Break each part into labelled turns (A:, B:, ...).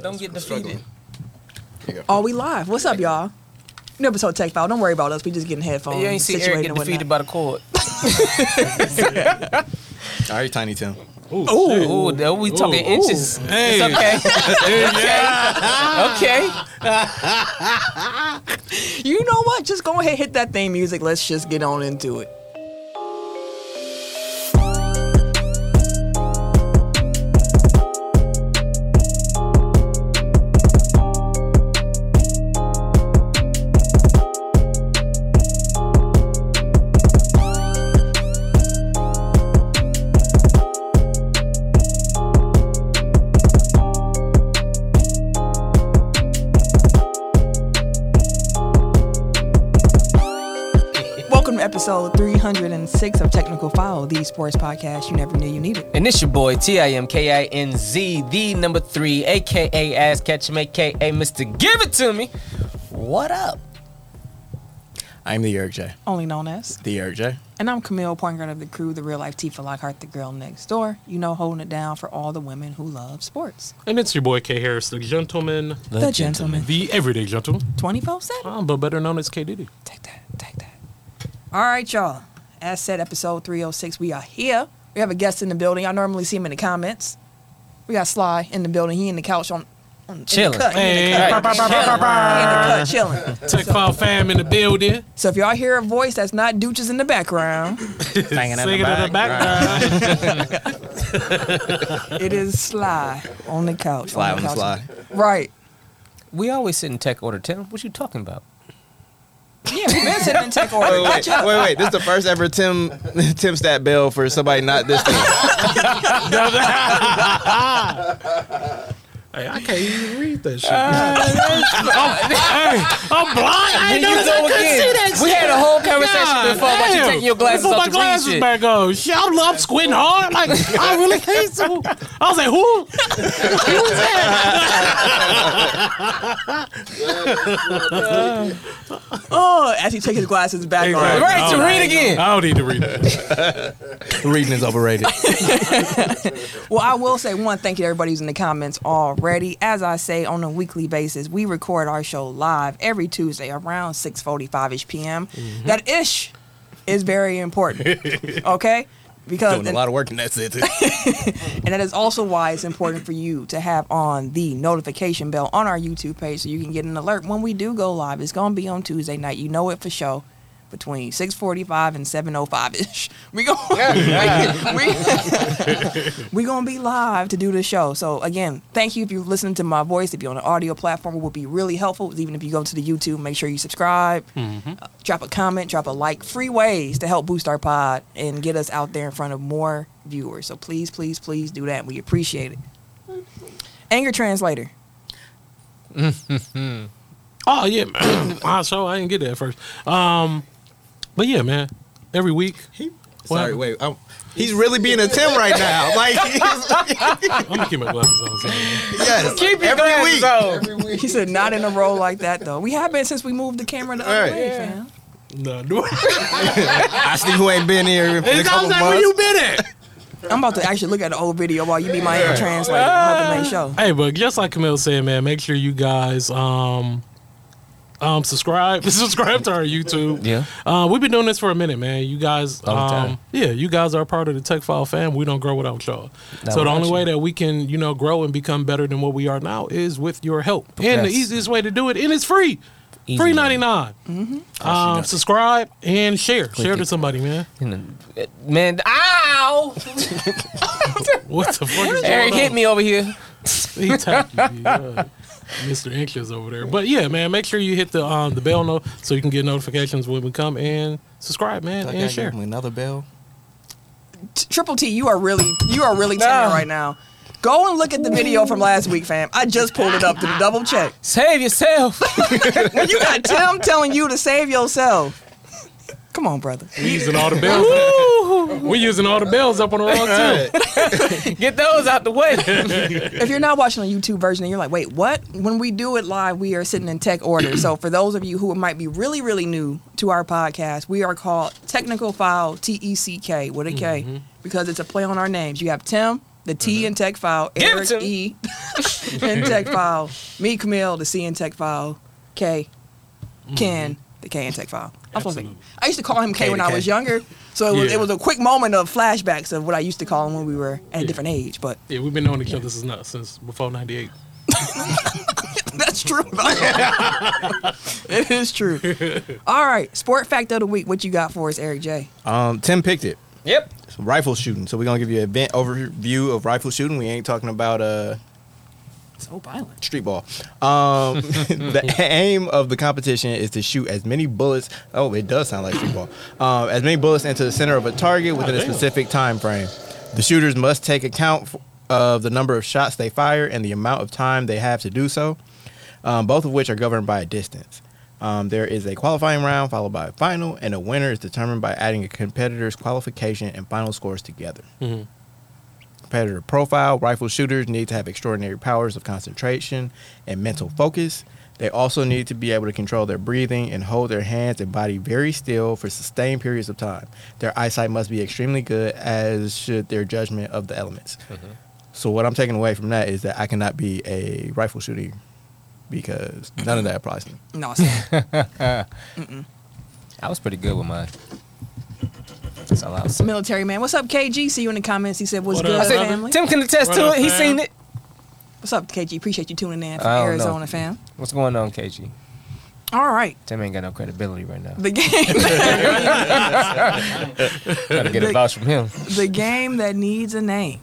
A: Don't get defeated.
B: Are we live? What's up, y'all? New episode of Tech File. Don't worry about us. We just getting headphones.
A: You ain't see Eric
B: situated
A: get
B: and
A: defeated
B: whatnot.
A: by the court.
C: All right, Tiny Tim.
A: Ooh, though, we talking inches. It's okay. okay. Okay.
B: You know what? Just go ahead, hit that theme music. Let's just get on into it. Welcome to episode 306 of Technical File, the sports podcast you never knew you needed.
A: And it's your boy T I M K I N Z, the number three, aka Ass Catch him, aka Mr. Give It To Me. What up?
C: I'm the Eric J.
B: Only known as.
C: The Eric J.
B: And I'm Camille, point guard of the crew, the real life Tifa Lockhart, the girl next door. You know, holding it down for all the women who love sports.
D: And it's your boy K Harris, the gentleman,
B: The, gentleman.
D: the everyday gentleman,
B: 24 7.
D: um, but better known as K Diddy.
B: Take that. Take that. All right, y'all. As said, episode 306, we are here. We have a guest in the building. I normally see him in the comments. We got Sly in the building. He in the couch on, on
A: Chilling.
B: In the cut, he in the
D: Hey.
B: cut,
D: Bah, bah, bah, bah,
B: He in the cut, chilling.
D: Tech File fam in the building,
B: So if y'all hear a voice that's not Dooches in the background,
C: Hanging
D: singing in the background.
B: it is Sly on the couch.
C: Fly on
B: the
C: the
B: couch.
C: fly.
B: Right.
A: We always sit in tech order, Tim. What you talking about?
B: Yeah, we've been sitting in tech order.
C: Wait, wait, wait, wait. This is the first ever Tim Tim stat bell for somebody not this thing.
D: hey, I can't even read that shit. Ah, I'm, hey, I'm blind. I ain't
A: Here
D: noticed I
A: go
D: couldn't see that
A: We
D: shit.
A: had a whole conversation
D: God
A: before about you
D: damn.
A: taking your glasses
D: Put
A: off
D: my
A: to read
D: glasses
A: shit.
D: back on. Shit, I'm, I'm squinting hard. Like I really can't. So I was like, who? Who's that?
B: Oh, as he takes his glasses back
D: Hey,
B: on.
D: right.
A: Right, to
D: Oh,
A: read again.
D: I don't need to read it.
C: Reading is overrated.
B: Well, I will say one thank you to everybody who's in the comments already. As I say on a weekly basis, we record our show live every Tuesday around 6:45 ish p.m.
C: Mm-hmm.
B: That ish is very important. okay? Because
C: Doing a lot of work, and that's it.
B: and that is also why it's important for you to have on the notification bell on our YouTube page so you can get an alert when we do go live. It's gonna be on Tuesday night. You know it for sure. Between 6:45 and 7:05 ish, we going we, we gonna be live to do the show. So again, thank you if you're listening to my voice. If you're on an audio platform, it would be really helpful. Even if you go to the YouTube, make sure you subscribe, uh, drop a comment, drop a like. Free ways to help boost our pod and get us out there in front of more viewers. So please, please, please do that. We appreciate it. Anger translator.
D: Oh yeah, man. so I didn't get that at first. Um, but yeah, man. Every week,
C: Sorry, wait. I'm, he's really being a Tim right now. Like, he's-
D: I'm gonna keep my glasses on. so-
C: yes.
A: Keep your
C: every
A: glasses
C: week.
A: on.
B: He said, not in a row like that though. We have been since we moved the camera the other
C: Right.
B: way, fam.
D: No, do
C: I see who ain't been here in a
D: It's
C: couple
D: almost like
C: months.
D: where you been at.
B: I'm about to actually look at the old video while you be my anger translator. I'm about to make sure.
D: Hey, but just like Camille said, man, make sure you guys um um subscribe subscribe to our YouTube.
A: Yeah.
D: Uh, we've been doing this for a minute, man. You guys,
A: Long time.
D: um, yeah, you guys are part of the Tech File fam. We don't grow without y'all.
A: Not
D: so the only
A: without
D: way
A: you.
D: that we can, you know, grow and become better than what we are now is with your help. And the
A: Yes.
D: easiest way to do it, and it's
A: Easy
D: free,
A: Mm-hmm.
D: free
A: money.
D: ninety nine. Um, subscribe and share, share to
A: it.
D: somebody, man.
A: And the- Man, ow!
D: What the fuck? is
A: Eric
D: going on?
A: hit me over here.
D: He tapped you, yeah. Mr. Anxious over there. But yeah, man, make sure you hit the um, the bell no so you can get notifications when we come and subscribe, man,
C: Okay,
D: and share.
C: give him Another bell.
B: T- Triple T, you are really you are really timid
A: Nah.
B: right now. Go and look at the video from last week, fam. I just pulled it up to double check.
A: Save yourself.
B: When you got Tim telling you to save yourself. Come on, brother.
D: We using all the bells. we using all the bells up on the wrong too.
A: Get those out the way.
B: If you're not watching the YouTube version and you're like, wait, what? When we do it live, we are sitting in tech order. so for those of you who might be really, really new to our podcast, we are called Technical File T E C K with a K, because it's a play on our names. You have Tim, the T in Tech File,
A: Give it
B: Eric
A: to me.
B: E in Tech File, Meek Mill, the C in Tech File, K, Ken, the K in Tech File. I'm supposed to,
D: Absolutely.
B: I used to call him K,
C: K
B: when
C: to
B: I
C: K.
B: was younger, so it was,
D: Yeah.
B: it was a quick moment of flashbacks of what I used to call him when we were at a
D: Yeah.
B: different age. But
D: Yeah, we've been knowing each other since not since before '98.
B: that's true. it is true. All right, sport fact of the week. What you got for us, Eric J?
C: Um, Tim picked it.
A: Yep.
C: It's rifle shooting. So we're gonna give you an event overview of rifle shooting. We ain't talking about uh
B: So violent.
C: street ball. Um, the aim of the competition is to shoot as many bullets. Oh, it does sound like street ball. Um, as many bullets into the center of a target within a
D: damn.
C: specific time frame. The shooters must take account f- of the number of shots they fire and the amount of time they have to do so. Um, both of which are governed by a distance. Um, there is a qualifying round followed by a final, and a winner is determined by adding a competitor's qualification and final scores together
D: Mm-hmm.
C: competitor profile, rifle shooters need to have extraordinary powers of concentration and mental focus. They also need to be able to control their breathing and hold their hands and body very still for sustained periods of time. Their eyesight must be extremely good, as should their judgment of the elements. So, what I'm taking away from that is that I cannot be a rifle shooter because none of that applies to me.
B: No, Sam.
A: I was pretty good with mine. That's all I was saying.
B: military man. What's up, KG? See you in the comments. He said, "What's
D: What
B: good,
D: up, brother?
B: family?"
A: Tim can attest
D: What
A: to
D: up,
A: it. He
D: fam?
A: seen it.
B: What's up, KG? Appreciate you tuning in from
A: I don't know.
B: Arizona, fam.
A: What's going on, KG?
B: All right,
A: Tim ain't got no credibility right now.
B: the game,
A: Gotta get a
B: Big-
A: vouch from him.
B: the game that needs a name.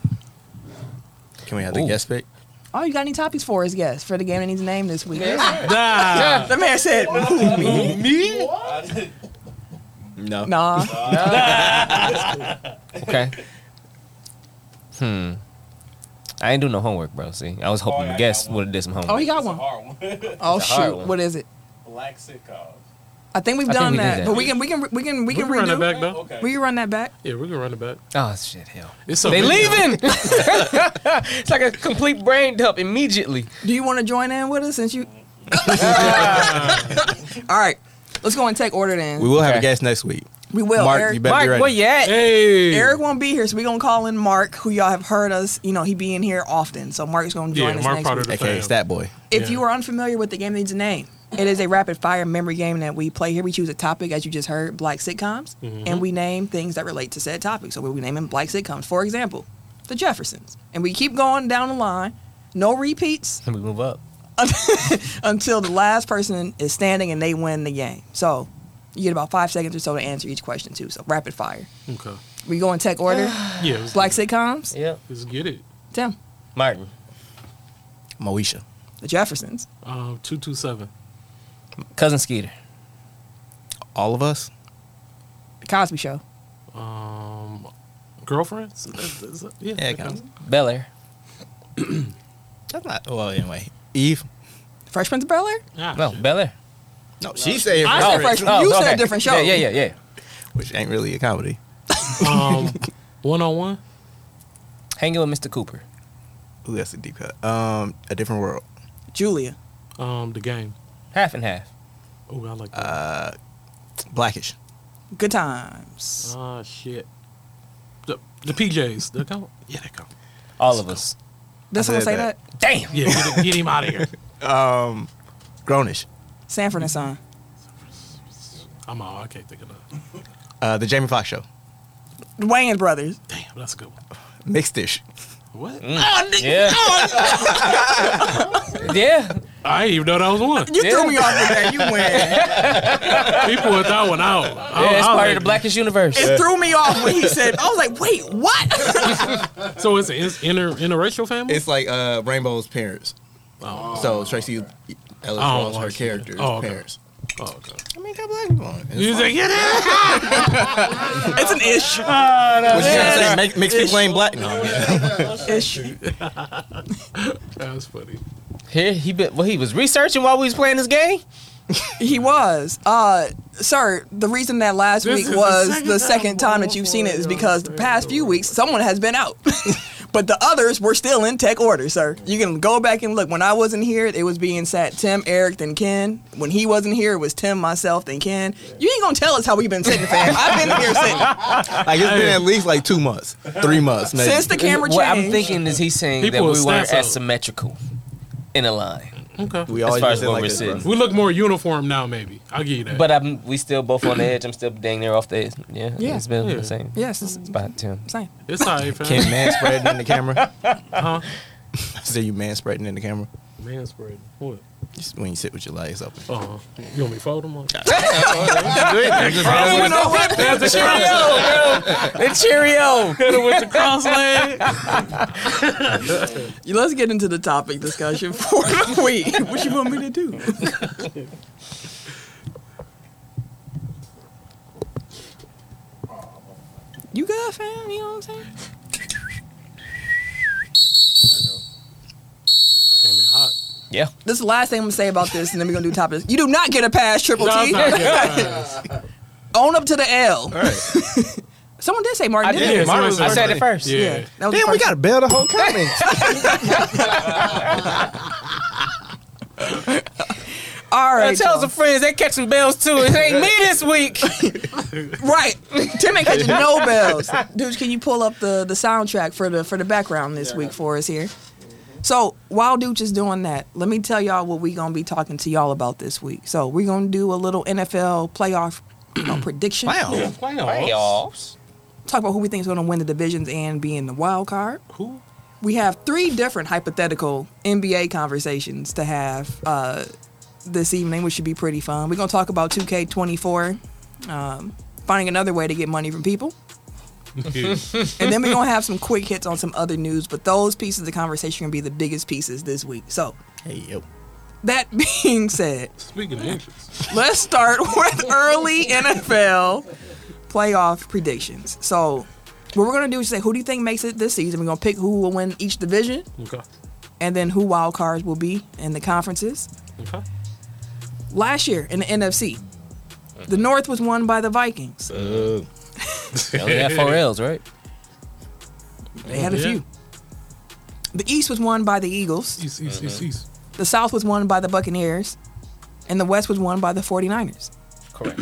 C: Can we have
A: Ooh.
C: the guest pick?
B: Oh, you got any topics for us, guests, for the game that needs a name this week?
D: Nah.
E: Ah.
B: The man said,
D: Me?
C: No.
B: "Nah."
A: Okay. Hmm. I ain't do no homework, bro. See, I was hoping
E: Oh, yeah,
A: to
E: I
A: guess
E: got one.
A: would have did some homework.
B: Oh, he got
E: It's a
B: one.
E: hard one.
B: Oh
A: It's a hard
B: shoot,
A: one.
B: what is it?
E: Black sitcoms.
B: I think we've
A: I think
B: done
A: we did
B: that,
A: that.
B: but we can we can we can we
D: We
B: can
D: can run it
B: redo.
D: back though.
E: Okay.
B: We can run that back.
D: Yeah, we can run it back.
A: Oh shit, hell.
D: It's so
A: They
D: big now.
A: leaving. it's like a complete brain dump immediately.
B: Do you want to join in with us since you? All right, let's go in take order then.
C: We will have
A: Okay.
C: a guest next week.
B: We will,
C: Mark,
B: Eric.
C: you better be
A: Mike,
C: ready.
A: where you at?
D: Hey.
B: Eric won't be here, so we're gonna call in Mark, who y'all have heard us. You know, he be in here often, so Mark's gonna join
D: Yeah,
B: us
D: Mark
B: next
D: part
B: week.
D: of the
C: AKA
D: fam.
C: Stat Boy.
B: If
D: yeah.
B: you are unfamiliar with the game that needs a name, it is a rapid fire memory game that we play here. We choose a topic, as you just heard, black sitcoms,
D: Mm-hmm.
B: and we name things that relate to said topic. So we'll be naming black sitcoms, for example, The Jeffersons, and we keep going down the line. No repeats
A: Let me move up.
B: until the last person is standing and they win the game. So you get about five seconds or so to answer each question too. So rapid fire.
D: Okay.
B: We go in tech order.
D: Yeah. Let's,
B: Black sitcoms.
A: Yep.
D: let's get it.
B: Tim.
A: Martin.
C: Moesha.
B: The Jeffersons.
D: Um, two two seven.
A: Cousin Skeeter.
C: All of us?
B: The Cosby Show.
D: Um, girlfriends. That's- that's- yeah.
C: Yeah,
D: that counts.
A: Bel Air.
C: That's not. Well, anyway. Eve?
B: Fresh Prince of Bel Air.
D: Ah,
A: No,
D: shit.
A: Bel Air.
C: No, she's saying
B: I said Fresh Prince. Oh, You said a different show.
A: Oh, Yeah, yeah, yeah, yeah.
C: which ain't really a comedy.
D: um, one on one.
A: Hanging with Mr. Cooper.
C: Ooh, that's a deep cut. Um, a different world.
B: Julia.
D: Um, the game.
A: Half and half.
D: Oh, I like that.
C: Uh, blackish.
B: Good times.
D: Ah, shit. The, the PJs. That count? Yeah, that count.
A: All of us.
B: Did
C: I
B: someone
C: said
B: say that?
C: that.
A: Damn.
D: Yeah, get, him- get him out of here.
C: Um, grownish.
B: Sanford and Son.
D: I'm all. I can't think of that.
C: Uh, the Jamie Foxx show.
B: The Wayans Brothers.
D: Damn, that's a good one.
C: Mixed dish.
D: What?
A: Mm. Yeah. Oh, yeah.
D: I didn't even know that was one.
B: You
A: Yeah.
B: threw me off with that. You win.
D: People with that one out. Oh,
A: Yeah, it's part of the Blackish universe.
B: It threw me off when he said. I was like, wait, what?
D: So it's an it's inter, interracial family.
C: It's like uh, Rainbow's parents. Um,
D: oh,
C: So Tracy Ellis
D: Oh,
C: Ross, her
D: okay.
C: character's
D: Oh, okay.
C: parents.
D: oh, okay.
C: I mean, got black people on it. It's
D: You
C: fine.
D: say get out.
B: it's an ish.
C: What you trying to
B: Yeah.
C: say? Make, makes people ain't black. No, I mean,
B: Ish.
D: That's funny.
A: Here he been, well, he was researching while we was playing this game.
B: He was. Uh, sir, the reason that last
D: This
B: week
D: is the
B: was
D: second
B: the
D: time
B: second
D: I'm
B: time that
D: going
B: you've
D: for
B: seen
D: it,
B: it is
D: yo.
B: because the past few weeks someone has been out. But the others were still in tech order, sir. You can go back and look. When I wasn't here, it was being sat Tim, Eric, then Ken. When he wasn't here, it was Tim, myself, then Ken. You ain't gonna tell us how we've been sitting, fam. I've been here sitting
C: Like it's been at least like two months, three months. Maybe.
B: since the camera changed.
A: What I'm thinking is he's saying
D: People
A: that we
D: are
A: weren't
D: snap
A: as
D: out.
A: symmetrical in a line,
D: Okay.
C: we
A: as
C: always
A: far
C: been
A: as
C: sitting
A: where
C: like
A: we're
C: this,
A: sitting.
C: bro.
D: We look more uniform now, maybe. I'll give you that.
A: but I'm we still both on the edge. I'm still dang near off the edge. Yeah,
B: Yeah.
A: it's been
D: Yeah.
A: the same
B: Yes, it's
A: spot Tim.
B: same.
D: it's all right, fam.
C: Can man spreading in the camera?
D: Huh?
C: I said you man spreading in the camera.
D: Man spread. What?
C: Just when you sit with your legs open.
D: Oh, you want me to fold them up?
B: You know what?
D: That's a Cheerio.
A: And cheerio.
D: with the cross leg.
B: Let's get into the topic discussion for the week. What you want me to do? You good, fam? You know what I'm saying?
D: Came in hot.
A: Yeah.
B: This is the last thing I'm gonna say about this, and then we're gonna do top of this. You do not get a pass, Triple
D: No,
B: T.
D: I'm not getting hot.
B: Own up to the L.
C: All right.
B: Someone did say Martin.
A: I
B: didn't
A: did.
B: they?
D: Yeah,
A: Mine
D: so
A: was-
D: it's
A: I said
D: everybody.
A: it first.
D: Yeah.
B: That was the
C: Damn, we
B: first-
C: got to bail the whole comments.
B: All
A: I
B: right.
A: tell
B: y'all.
A: some friends they catching bells too. It ain't me this week.
B: Right. Tim ain't catching no bells. Dude, can you pull up the, the soundtrack for the for the background this week for us here? So while Dooch is doing that, let me tell y'all what we gonna be talking to y'all about this week. So we're gonna do a little NFL playoff you know, prediction.
C: Wow.
D: Playoffs.
A: Playoffs.
B: Talk about who we think is gonna win the divisions and be in the wild card.
D: Who?
B: we have three different hypothetical NBA conversations to have uh, this evening, which should be pretty fun. We're going to talk about 2K24, um, finding another way to get money from people. and then we're going to have some quick hits on some other news, but those pieces of the conversation are going to be the biggest pieces this week. So,
C: Hey, yo.
B: that being said,
D: Speaking of inches.
B: let's start with early NFL playoff predictions. So, what we're going to do is say, who do you think makes it this season? We're going to pick who will win each division
D: Okay.
B: and then who wild cards will be in the conferences.
D: Okay.
B: Last year in the NFC, the North was won by the Vikings.
A: They only had Oh, four L's, right?
B: They had a
D: Yeah.
B: few. The East was won by the Eagles.
D: East, east, east, east.
B: The South was won by the Buccaneers. And the West was won by the 49ers.
A: Correct.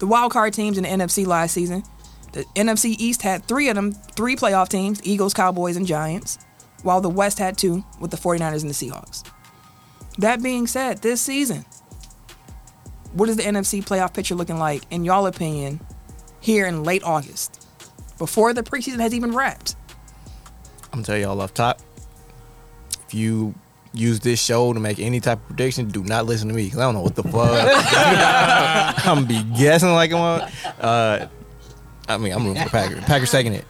B: The wild card teams in the NFC last season, the NFC East had three of them, three playoff teams Eagles, Cowboys, and Giants, while the West had two with the 49ers and the Seahawks. That being said, this season, what is the NFC playoff picture looking like, in y'all opinion, here in late August, before the preseason has even wrapped?
C: I'm gonna tell y'all off top. If you use this show to make any type of prediction, do not listen to me because I don't know what the fuck. I'm gonna be guessing like I'm. on- Uh, I mean, I'm rooting for Packers. Packers taking it.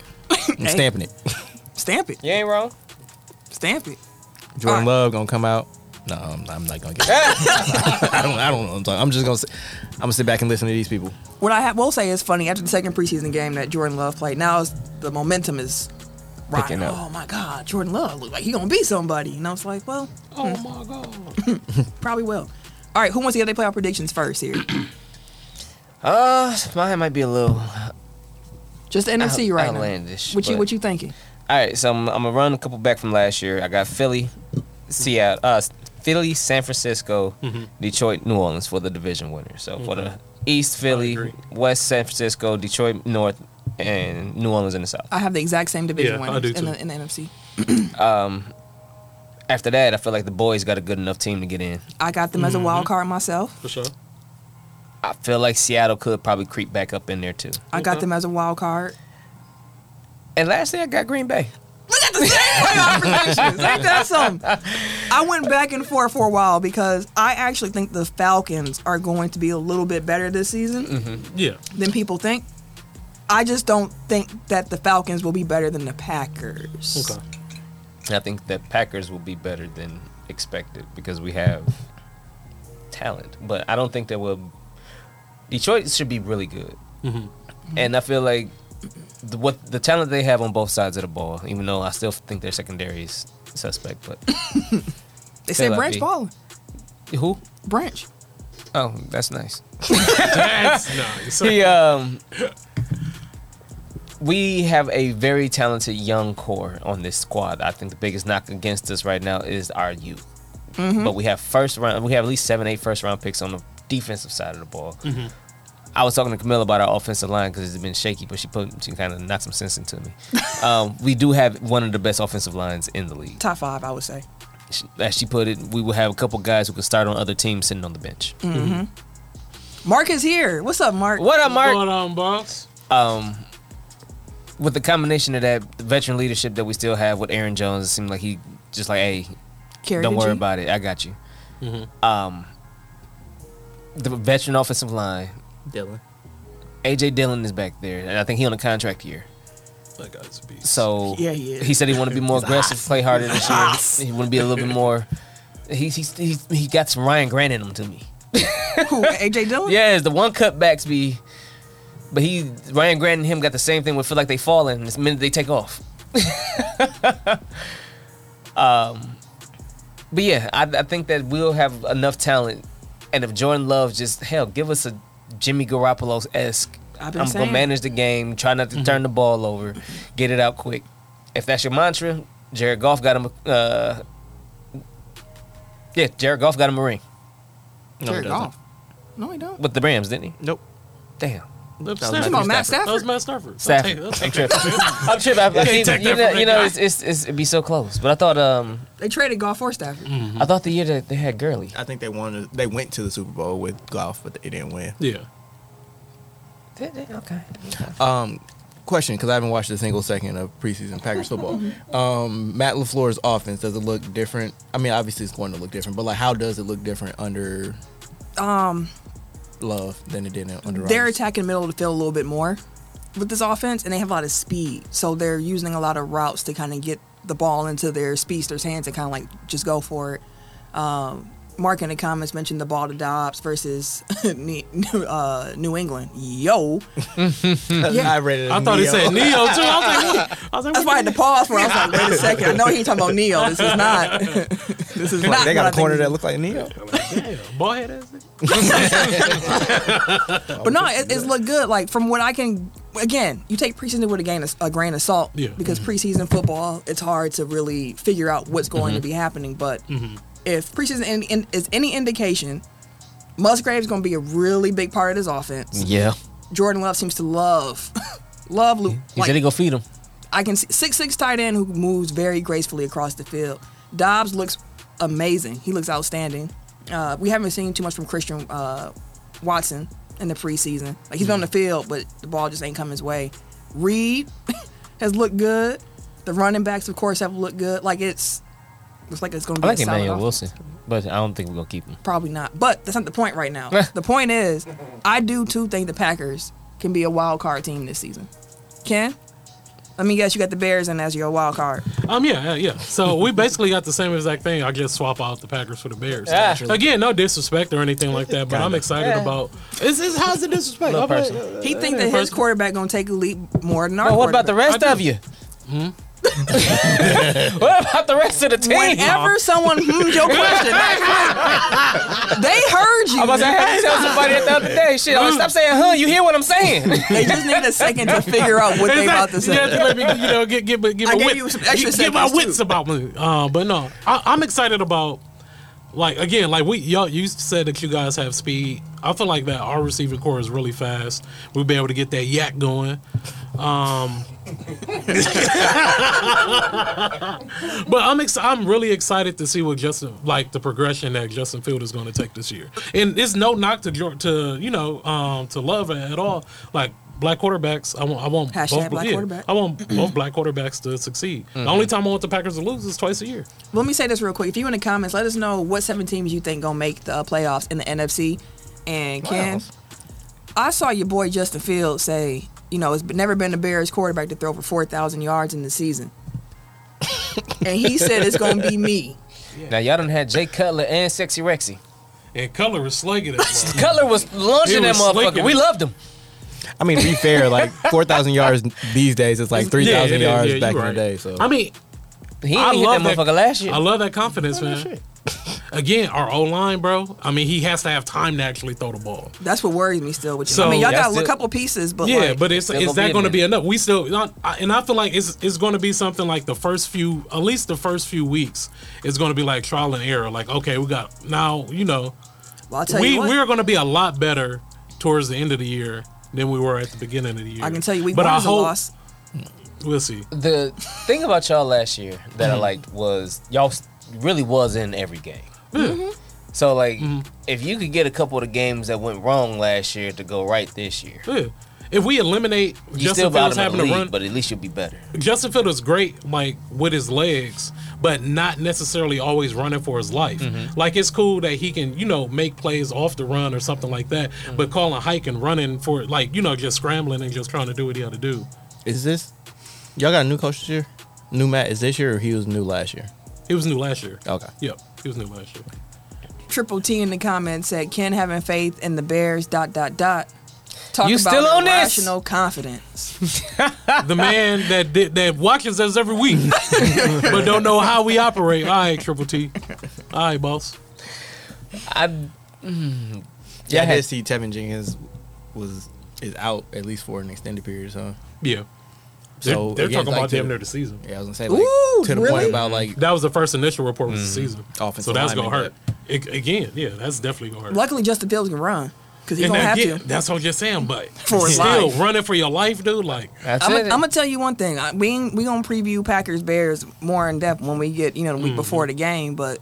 C: I'm
B: Hey.
C: stamping it.
B: Stamp it.
A: You ain't wrong.
B: Stamp it.
C: Jordan
B: Alright.
C: Love gonna come out. No, I'm, I'm not gonna get. I don't. I don't know. What I'm, talking. I'm just gonna. Sit, I'm gonna sit back and listen to these people.
B: What I ha- will say is funny after the second preseason game that Jordan Love played. Now it's, the momentum is
A: Picking
B: right.
A: up.
B: Oh my God, Jordan Love look like he gonna be somebody. And I was like, well,
D: Oh my God.
B: probably will. All right, who wants to get their playoff predictions first here?
A: Uh, mine might be a little
B: Just the NFC
A: out-
B: right
A: outlandish.
B: now. What you
A: but-
B: what you thinking?
A: All right, so I'm, I'm gonna run a couple back from last year. I got Philly, Seattle, uh, Philly, San Francisco, Detroit, New Orleans for the division winner. So for the East Philly,
D: agree.
A: West San Francisco, Detroit North, and New Orleans in the South.
B: I have the exact same division
D: Yeah, I
B: winners
D: do
B: in,
D: too.
B: the, in the NFC.
A: Um, After that, I feel like the boys got a good enough team to get in.
B: I got them
D: Mm-hmm.
B: as a wild card myself.
D: For sure.
A: I feel like Seattle could probably creep back up in there too.
B: I got
D: Okay.
B: them as a wild card.
A: And lastly, I got Green Bay.
B: Look at the same playoff predictions. Ain't that something? I went back and forth for a while because I actually think the Falcons are going to be a little bit better this season.
D: Yeah.
B: than people think. I just don't think that the Falcons will be better than the Packers.
D: Okay.
A: And I think that Packers will be better than expected because we have talent. But I don't think that will. Detroit should be really good,
D: Mhm.
A: and I feel like the, what the talent they have on both sides of the ball. Even though I still think their secondary is suspect, but
B: They said
A: Philip
B: Branch
A: B.
B: Baller.
A: who?
B: Branch.
A: Oh, that's nice.
D: That's nice.
A: He um. we have a very talented young core on this squad. I think the biggest knock against us right now is our youth. But we have first round. We have at least seven, eight first round picks on the defensive side of the ball. I was talking to Camilla about our offensive line because it's been shaky, but she put she kind of knocked some sense into me. um, we do have one of the best offensive lines in the league.
B: Top five, I would say.
A: She- As she put it, we will have a couple guys who can start on other teams sitting on the bench.
B: Mm-hmm. Mark is here. What's up, Mark?
A: Mm-hmm. What up, Mark?
D: Going on, boss.
A: um, with the combination of that the veteran leadership that we still have with Aaron Jones, it seemed like he just like, hey,
B: Carrie,
A: don't
B: did
A: worry
B: you-
A: about it, I got you.
D: Mhm.
A: Um, the veteran offensive line,
E: Dylan.
A: AJ Dillon is back there, and I think he on a contract year.
D: That guy's a beast.
A: So
E: Yeah, he is.
A: he said he want to be more
E: He's
A: aggressive,
E: ass.
A: play harder
E: He's
A: this
E: ass.
A: year. He want to be a little bit more. He he's, he's, he got some Ryan Grant in him to me.
B: Who, AJ Dillon?
A: Yes, the one cutbacks be, but he Ryan Grant and him got the same thing. Where it feel like they falling the minute they take off. um, Um, but yeah, I, I think that we'll have enough talent, and if Jordan Love just hell give us a Jimmy Garoppolo esque.
B: I've
A: I'm
B: been
A: gonna
B: saying.
A: manage the game, try not to turn the ball over, get it out quick. If that's your mantra, Jared Goff got him. a- Uh, yeah, Jared Goff got him a ring
C: No, it
B: Jared
C: doesn't.
B: Goff. No, he don't.
A: with the Rams, didn't he?
C: Nope.
A: Damn.
D: That's
C: That was
D: Stafford.
B: Come on, Matt
D: That was
B: Stafford.
D: Matt Stafford.
A: Stafford.
D: I'll
A: I'm
D: take-
A: tripping. I'm tripping. I- I
D: can't
A: keep-
D: take
A: you
D: that
A: know,
D: from
A: you
D: that
A: know
D: guy.
A: it's, it's, it's, it'd be so close. But I thought, um,
B: They traded Goff for Stafford.
A: I thought the year that they had Gurley.
C: I think they wanted. They went to the Super Bowl with golf, but they didn't win.
D: Yeah.
A: Did they? Okay.
C: Um, question, because I haven't watched a single second of preseason Packers football. Um, Matt Lafleur's offense does it look different? I mean, obviously it's going to look different, but like, how does it look different under
B: Um,
C: Love than it did under?
B: they're
C: Rodgers?
B: attacking the middle of the field a little bit more with this offense, and they have a lot of speed. So they're using a lot of routes to kind of get the ball into their speedsters' hands and kind of like just go for it. Um, Mark in the comments mentioned the ball to Dobbs versus Ne- uh, New England. Yo, yeah.
C: I read it.
D: I
C: as
D: thought he
C: Neo.
D: said Neo too. I was like, what? I
B: That's
D: was like, what
B: why I had to pause for. it. I was like, wait a second. I know he ain't talking about Neil. This is not. this is not.
C: they
B: what I
C: got a
B: think
C: corner
B: it is.
C: that looked like Neo.
D: the hell? Ball head ass. nigga?
B: But no, it, it's look good. Like from what I can, again, you take preseason with a, gain of, a grain of salt
D: Yeah.
B: because preseason football, it's hard to really figure out what's going to be happening. But if preseason in, in, is any indication, Musgrave's going to be a really big part of this offense.
A: Yeah.
B: Jordan Love seems to love, love Luke.
A: He said he gonna feed him.
B: I can see six six tight end who moves very gracefully across the field. Dobbs looks amazing. He looks outstanding. Uh, we haven't seen too much from Christian uh, Watson in the preseason. Like he's been on the field, but the ball just ain't come his way. Reed has looked good. The running backs, of course, have looked good. Like it's looks like it's going to
A: I
B: be
A: like
B: a solid
A: Emmanuel
B: offense.
A: Wilson, but I don't think we're gonna keep him.
B: Probably not. But that's not the point right now. the point is, I do too think the Packers can be a wild card team this season. Ken, let me guess. You got the Bears in as your wild card.
D: Um, yeah, yeah, yeah. So we basically got the same exact thing. I just swap out the Packers for the Bears.
A: Yeah.
D: Again, no disrespect or anything like that, but I'm
C: Kinda.
D: excited about. It's, it's, how's the disrespect?
A: Little
D: I'm uh, like,
A: person.
B: He think that his
D: person.
B: quarterback gonna take a leap more than our.
A: But what about the
B: quarterback.
A: rest of you?
D: Hmm?
A: what about the rest of the team?
B: Whenever someone hmm your question, that's right. they heard you.
A: I was like, I had to tell somebody that the other day. Shit,
D: Hmm.
A: I'm like, stop saying, huh? You hear what I'm saying?
B: they just need a second to figure out what they
D: It's
B: about
D: like,
B: to
D: You
B: say.
D: have to let me, you know, get get get, get
B: I
D: my
B: gave
D: wit-
B: you some extra
D: get- get my
B: seconds,
D: wits
B: too.
D: about me. Uh, but no, I, I'm excited about. Like again, like we y'all you said that you guys have speed. I feel like that our receiving core is really fast. We'll be able to get that yak going. Um, but I'm ex- I'm really excited to see what Justin like the progression that Justin Field is going to take this year. And it's no knock to Jor- to you know um, to love at all. Like black quarterbacks, I want I want
B: Hashtag
D: both,
B: black
D: yeah,
B: quarterback.
D: I want both black quarterbacks to succeed. The only time I want the Packers to lose is twice a year.
B: Let me say this real quick. If you in the comments, let us know what seven teams you think gonna make the uh, playoffs in the NFC. And Ken,
C: Playoffs?
B: I saw your boy Justin Fields say, you know, it's never been a Bears quarterback to throw for four thousand yards in the season. and he said it's gonna be me.
A: now y'all done had Jay Cutler and Sexy Rexy.
D: And color is slugging it.
A: Cutler was
D: He
A: launching that
D: was
A: motherfucker.
D: slinking.
A: We loved him.
C: I mean, to be fair, like four thousand yards these days is like three thousand
D: it is,
C: yards
D: yeah,
C: back
D: you
C: in
D: right.
C: the day. So
D: I mean,
A: He
D: I
A: didn't hit that
D: love that-
A: motherfucker last year.
D: I love that confidence, man. again, our O line, bro. I mean, he has to have time to actually throw the ball.
B: That's what worries me still. With you,
D: So-
B: I mean, y'all
A: That's
B: got a
A: it.
B: couple pieces, but
D: yeah,
B: like,
D: but it's
A: There
D: is
A: gonna be
D: that
A: a
D: going to be
A: minute.
D: enough? We still, not, I- and I feel like it's it's going to be something like the first few, at least the first few weeks, is going to be like trial and error. Like, okay, we got now, you know,
B: well, I'll tell
D: we
B: you what,
D: we're going to be a lot better towards the end of the year than we were at the beginning of the year.
B: I can tell you, we
D: but
B: one
D: I
B: is a
D: hope
B: loss.
D: we'll see.
A: The thing about y'all last year that I liked was y'all s- really was in every game. So like, if you could get a couple of the games that went wrong last year to go right this year,
D: Yeah. If we eliminate
A: you still
D: Justin Fields
A: bottom of
D: having
A: the
D: to
A: league,
D: run,
A: but at least you'll be better.
D: Justin Field is great, like with his legs, but not necessarily always running for his life.
C: Mm-hmm.
D: Like it's cool that he can, you know, make plays off the run or something like that.
C: Mm-hmm.
D: But calling hike and running for like, you know, just scrambling and just trying to do what he ought to do.
C: Is this y'all got a new coach this year? New Matt is this year or he was new last year?
D: He was new last year.
C: Okay.
D: Yep, he was new last year.
B: Triple T in the comments said Ken having faith in the Bears. Dot dot dot. Talk
A: You
B: about
A: still on this?
B: irrational confidence.
D: The man that did, that watches us every week, but don't know how we operate. All right, Triple T. All right, boss.
A: I mm,
C: Yeah,
A: y'all
C: I did
A: had-
C: see Tevin Jenkins was is out at least for an extended period. So
D: Yeah, they're,
C: so
D: they're
C: again,
D: talking
C: like
D: about
C: to-
D: damn near the season.
C: Yeah, I was gonna say like
B: Ooh,
C: to the
B: really?
C: point about like
D: That was the first initial report was the season.
C: Mm-hmm. Offensive
D: so that's gonna
C: lineman,
D: hurt. Ag- again, yeah, that's definitely gonna hurt.
B: Luckily, Justin Fields can run because he
D: And
B: don't have
D: again,
B: to.
D: That's what I'm just saying, but
B: For his
D: still
B: life.
D: running for your life, dude. Like,
A: That's
B: I'm
A: it.
B: gonna tell you one thing. I- We ain't- we gonna preview Packers Bears more in depth when we get you know
A: Mm-hmm.
B: the week before the game, but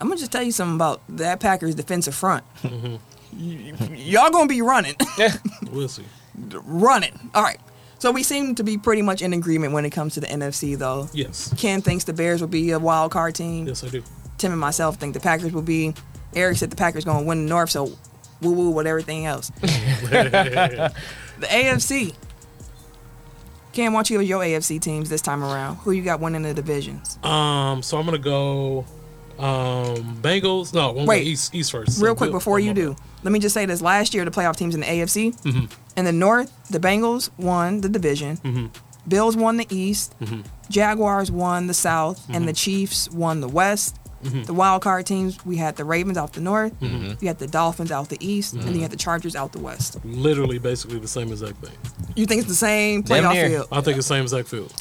B: I'm gonna just tell you something about that Packers defensive front.
A: Mm-hmm.
B: Y- Y'all gonna be running,
D: we'll see.
B: running. All right. So we seem to be pretty much in agreement when it comes to the NFC, though.
D: Yes,
B: Ken thinks the Bears will be a wild card team.
D: yes, I do.
B: Tim and myself think the Packers will be. Eric said the Packers going to win the North, so woo woo with everything else. the AFC. Cam, why don't you give your AFC teams this time around? Who you got winning the divisions?
D: Um, so I'm gonna go, um, Bengals. No, I'm gonna go
B: Wait.
D: East, East first.
B: Real
D: So Oh
B: quick
D: Bill-
B: before you
D: I'm
B: do, let me just say this: last year, the playoff teams in the AFC
D: Mm-hmm.
B: in the North, the Bengals won the division, Bills won the East,
D: Mm-hmm.
B: Jaguars won the South, and the Chiefs won the West.
D: Mm-hmm.
B: The wild card teams, we had the Ravens out the North,
A: Mm-hmm.
B: we had the Dolphins out the East, and then
D: Mm-hmm.
B: you had the Chargers out the West.
D: Literally, basically the same exact thing.
B: You think it's the same
A: Damn
B: playoff
A: near.
B: field?
D: I think it's same exact field.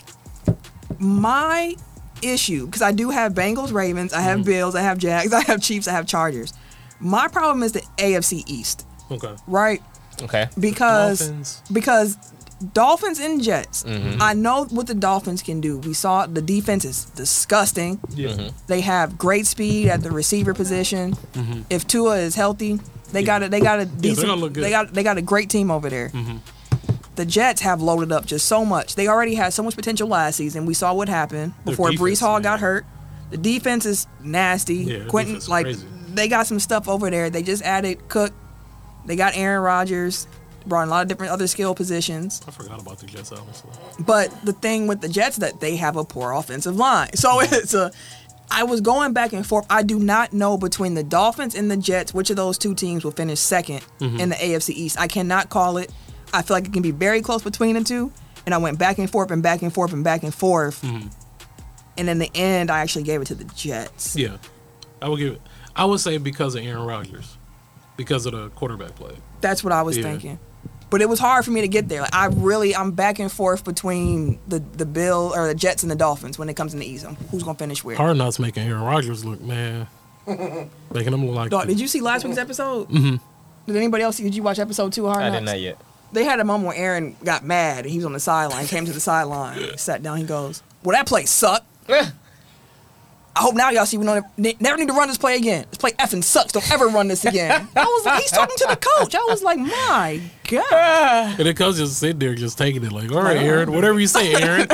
B: My issue, because I do have Bengals, Ravens, I
D: Mm-hmm.
B: have Bills, I have Jags, I have Chiefs, I have Chargers. My problem is the AFC East,
D: Okay.
B: right?
A: okay.
B: Because
D: Dolphins.
B: because Dolphins and Jets. I know what the Dolphins can do. We saw the defense is disgusting.
D: Yeah.
C: Mm-hmm.
B: They have great speed at the receiver position. If Tua is healthy, they got a, they got a decent
D: gonna look good.
B: they got they got a great team over there. The Jets have loaded up just so much. They already had so much potential last season. We saw what happened
D: Their
B: before
D: defense,
B: Brees Hall
D: man.
B: got hurt. The defense is nasty.
D: Yeah, their
B: Quentin
D: defense is
B: like
D: crazy.
B: they got some stuff over there. They just added Cook. They got Aaron Rodgers. Brought in a lot of different other skill positions.
D: I forgot about the Jets. Honestly.
B: But the thing with the Jets that they have a poor offensive line. So it's a I was going back and forth. I do not know between the Dolphins and the Jets which of those two teams will finish 2nd in the AFC East. I cannot call it. I feel like it can be very close between the two. And I went back and forth and back and forth and back and forth. And in the end, I actually gave it to the Jets.
D: Yeah, I would give. it. I would say because of Aaron Rodgers, because of the quarterback play.
B: That's what I was
D: Yeah.
B: thinking. But it was hard for me to get there. Like I really, I'm back and forth between the the Bill or the Jets and the Dolphins when it comes in the East. I'm- Who's gonna finish where?
D: Hard knots making Aaron Rodgers look man, making him look like.
B: Dog,
D: the-
B: did you see last week's episode? Mm-hmm. Did anybody else? Did you watch episode two? of Hard
A: I didn't
B: Knocks?
A: know yet.
B: They had a moment where Aaron got mad and he was on the sideline. Came to the sideline, sat down. He goes, "Well, that play sucked. I hope now y'all see we don't ne- never need to run this play again. This play effing sucks. Don't ever run this again." I was like, he's talking to the coach. I was like, my god.
D: And the coach just sit there just taking it like, all right,
B: Like,
D: Aaron, whatever you say, Aaron.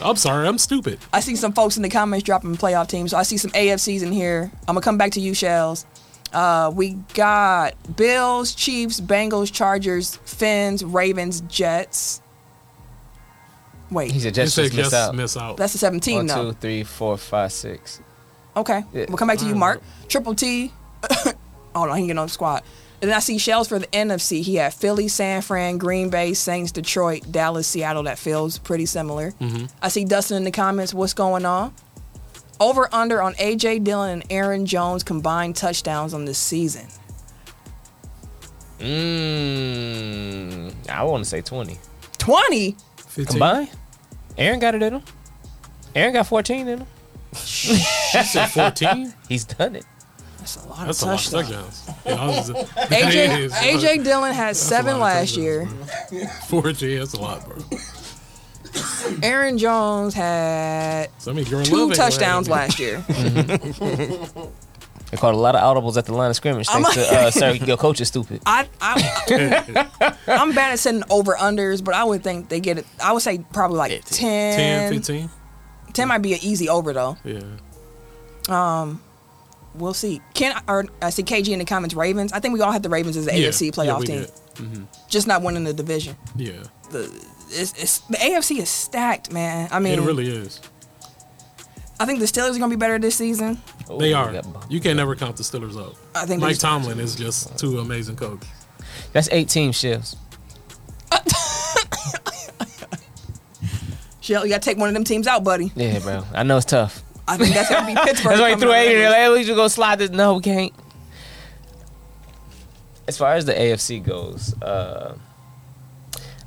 D: I'm sorry, I'm stupid.
B: I see some folks in the comments dropping playoff teams. So I see some AFCs in here. I'm gonna come back to you, Shells. Uh, we got Bills, Chiefs, Bengals, Chargers, Finns, Ravens, Jets.
A: He
B: Wait,
A: said
D: You
A: just,
D: said
A: just miss
D: just
A: out.
D: miss out.
B: that's the 17
A: One,
B: though.
A: two, three, four, five, six.
B: Okay,
A: Yeah.
B: we'll come back to you,
D: Mm.
B: Mark. Triple T. oh no, he ain't getting on the squad. And then I see Shells for the NFC. He had Philly, San Fran, Green Bay, Saints, Detroit, Mm-hmm. Dallas, Seattle. That feels pretty similar. I see Dustin in the comments. What's going on? Over under on AJ Dillon and Aaron Jones combined touchdowns on this season.
A: Mm, I want to say 20.
B: 20?
D: 15.
A: Combined? Aaron got it in him. Aaron got 14 in him.
D: She said 14?
A: He's done it.
B: That's a lot
D: That's a
B: of
D: lot of
B: touchdowns.
D: touchdowns. Yeah, I was- It
B: AJ
D: is.
B: AJ Dillon had
D: lot
B: seven
D: of
B: last
D: touchdowns,
B: year.
D: 4G, that's a lot, bro.
B: Aaron Jones had
D: So, I mean, Jordan
B: two
D: Love ain't
B: touchdowns
D: wearing
B: last
D: it.
B: year.
A: They called a lot of audibles at the line of scrimmage
B: I'm
A: thanks to uh, sir, your coach is stupid.
B: I, I I'm bad at setting over unders, but I would think they get it. I would say probably like 10,
D: 10,
B: 15.
D: 15?
B: 10 might be an easy over though.
D: Yeah.
B: We'll see. Can or I see KG in the comments Ravens. I think we all had the Ravens as the
D: Yeah.
B: AFC
D: Yeah,
B: playoff
D: we
B: team,
D: did.
B: just not winning the division.
D: Yeah.
B: The it's, it's, the AFC is stacked, man. I mean,
D: It really is.
B: I think the Steelers are gonna be better this season.
D: They
A: Ooh,
D: are.
A: got bumped.
D: You can never count the Steelers out.
B: I think
D: Mike
B: there's-
D: Tomlin is just too amazing coach.
A: That's 18 shifts.
B: Shell, you gotta take one of them teams out, buddy.
A: Yeah, bro. I know it's tough.
B: I think that's gonna be Pittsburgh.
A: That's why he
B: coming
A: threw
B: up.
A: 80. They're like, "Oh, we should go slide this. No, we can't. As far as the AFC goes, uh,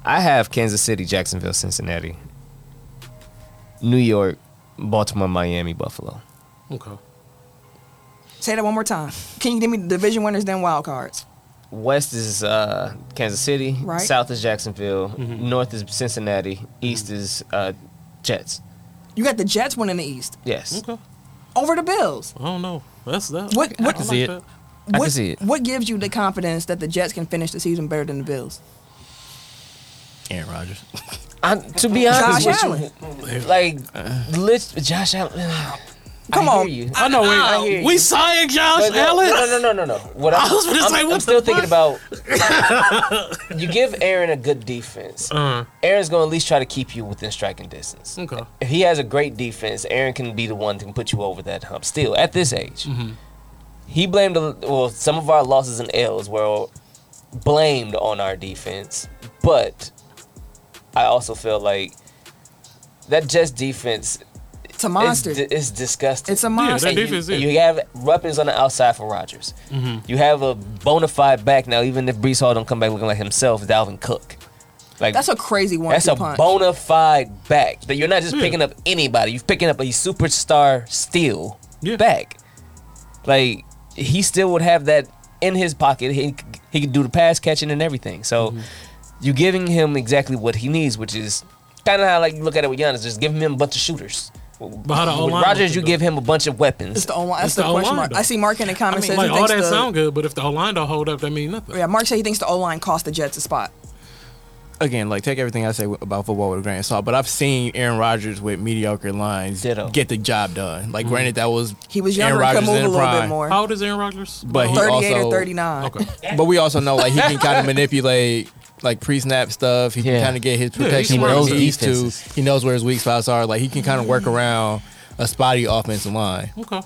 A: I have Kansas City, Jacksonville, Cincinnati, New York, Baltimore, Miami, Buffalo.
D: Okay.
B: Say that one more time. Can you give me the division winners then wild cards?
A: West is uh, Kansas City.
B: Right.
A: South is Jacksonville.
D: Mhm.
A: North is Cincinnati. East
B: Mm-hmm.
A: is uh, Jets.
B: You got the Jets winning the East
A: Yes.
D: Okay.
B: over the Bills.
D: I don't know. That's that.
B: What-
D: I
B: what-
D: like
A: See it.
D: that.
A: I
B: what,
A: can see it.
B: What gives you the confidence that the Jets can finish the season better than the Bills?
C: Aaron Rodgers.
A: I, to be honest
B: Josh
A: with
B: Allen.
A: you, like, lit, Josh Allen.
B: Come
A: I
B: on.
A: hear you.
D: I know. Wait,
A: I hear you.
D: we signed Josh
A: But no,
D: Allen.
A: No, no, no, no, no. What I'm,
D: I was gonna
A: I'm-
D: say,
A: I'm
D: what
A: still
D: the
A: thinking about. you give Aaron a good defense.
D: Uh,
A: Aaron's gonna at least try to keep you within striking distance.
D: Okay.
A: If he has a great defense, Aaron can be the one that can put you over that hump. Still, at this age,
D: Mm-hmm.
A: he blamed a- well some of our losses and L's were blamed on our defense, but I also feel like that Jets defense
B: It's a
A: is,
B: monster.
A: di- is disgusting.
B: It's a
D: yeah,
B: monster.
D: that defense
A: And
D: is. Mm-hmm.
A: You have weapons on the outside for Rodgers. You have a bona fide back now, even if Brees Hall don't come back looking like himself, Dalvin Cook. Like
B: that's
A: that's a,
B: a crazy one. That's punch.
A: bona fide back. That you're not just
D: Yeah.
A: picking up anybody. You're picking up a superstar steal
D: Yeah.
A: back. Like he still would have that in his pocket. He he could do the pass catching and everything. So
D: Mm-hmm.
A: you're giving him exactly what he needs, which is kind of how like you look at it with Giannis. Just giving him a bunch of shooters.
D: how the
A: with
D: O-line
A: Rodgers,
D: looking
A: you
D: though?
A: give him a bunch of weapons.
B: It's the online. That's
D: It's
B: the,
D: the
B: question
D: O-line,
B: mark.
D: though.
B: I see Mark in the
D: I
B: comments
D: mean, like
B: says he
D: all
B: thinks
D: that
B: the,
D: sound good, but if the O line don't hold up, that mean nothing.
B: Yeah, Mark said he thinks the O line cost the Jets a spot.
C: Again, like take everything I say w- about football with a grain of salt, but I've seen Aaron Rodgers with mediocre lines
A: Ditto.
C: get the job done. Like, granted, that was
B: He was
C: Aaron
B: younger and could
C: Rodgers
B: move a
C: in
B: little bit
C: prime.
B: more.
D: How old is Aaron Rodgers?
C: But he-
B: 38
C: also-
B: or 39.
D: okay.
C: But we also know like he can kind of manipulate like pre-snap stuff. He
A: Yeah.
C: can kind of get his
D: he's
C: protection
D: smart.
C: where
A: He
C: he
A: knows
C: needs to.
A: defenses.
C: He knows where his weak spots are. Like he can kind of work around a spotty offensive line.
D: Okay.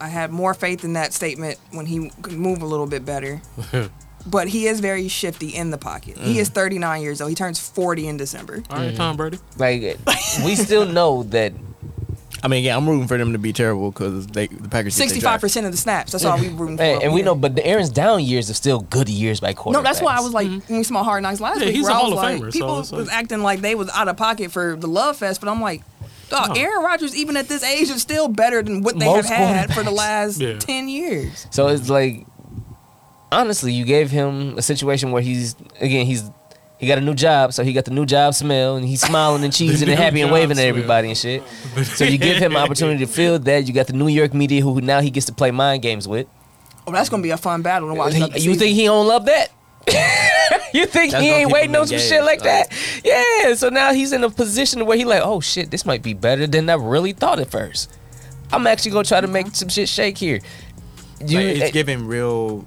B: I had more faith in that statement when he could move a little bit better. But he is very shifty in the pocket. He is 39 years old. He turns 40 in December.
D: All right, Tom Brady.
A: Like we still know that
C: I mean, yeah, I'm rooting for them to be terrible because they the Packers. did their job.
B: 65% of the snaps. That's all we room for.
A: and, and we
B: Yeah.
A: know but the Aaron's down years are still good years by quarterbacks.
B: No, that's why I was like when we saw Hard Knocks last
D: Mm-hmm. Yeah,
B: week.
D: he's
B: where
D: a
B: I
D: Hall
B: was
D: of
B: like,
D: Famer, so
B: people
D: it's like-
B: was acting like they was out of pocket for the Love Fest, but I'm like, dog,
D: No.
B: Aaron Rodgers even at this age is still better than what they
A: Most
B: have had for the
A: quarterbacks.
B: last
D: Yeah.
B: ten years.
A: So it's like honestly, you gave him a situation where he's again he's he got a new job, so he got the new job smell and he's smiling and cheesing
D: new
A: and happy and
D: job
A: waving at
D: smell.
A: everybody and shit. So you give him an opportunity to feel that. You got the New York media who now he gets to play mind games with.
B: Oh, that's gonna be a fun battle to watch.
A: He-
B: throughout the
A: you
B: season.
A: think he don't love that? you think
C: That's
A: he
C: gonna
A: ain't
C: keep
A: waiting
C: him
A: on some shit
C: engaged,
A: like
C: like-
A: that? Yeah. So now he's in a position where he like, oh shit, this might be better than I really thought at first. I'm actually gonna try to make some shit shake here. You,
C: Like,
A: eh,
C: it's giving real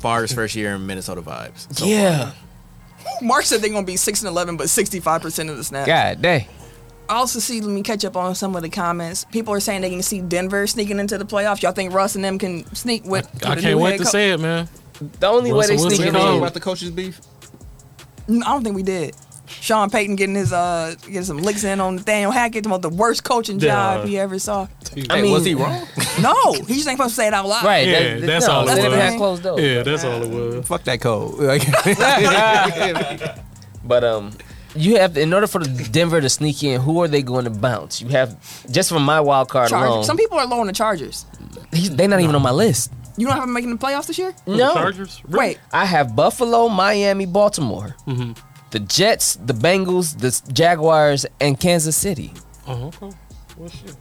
C: Favre's first year in Minnesota vibes. So
A: yeah.
B: Mark said they're gonna be six and eleven, but sixty five percent of the snaps.
A: God dang.
B: I also see. Let me catch up on some of the comments. People are saying they can see Denver sneaking into the playoffs. Y'all think Russ and them can sneak with? with
D: I
B: the
D: can't
B: new
D: wait
B: head
D: to
B: coach?
D: say it, man.
A: The only way
D: Russell
A: they
D: Wilson
A: sneaking
D: come.
A: in.
C: the coaches beef?
B: Mm, I don't think we did. Sean Payton getting his uh getting some licks in on Nathaniel Hackett about the worst coaching
D: Yeah.
B: job he ever saw.
A: I
C: Hey,
A: mean-
C: was he wrong?
B: No, he just ain't supposed to say it out loud.
A: Right.
D: Yeah,
A: that-
D: that's
A: no,
D: all it
A: That's
B: was.
A: the behind closed doors.
D: Yeah, that's all it was.
C: Fuck that code. Like-
A: But um, you have in order for the Denver to sneak in, who are they going to bounce? You have just from my wild card alone.
B: Chargers. Some people are low on the Chargers.
A: he's- they not even on my list.
B: You don't have them making the playoffs this year?
D: The
A: No,
D: Chargers. Really?
B: Wait,
A: I have Buffalo, Miami, Baltimore,
D: Mm-hmm.
A: the Jets, the Bengals, the Jaguars, and Kansas City.
D: Oh, okay. Well, shit.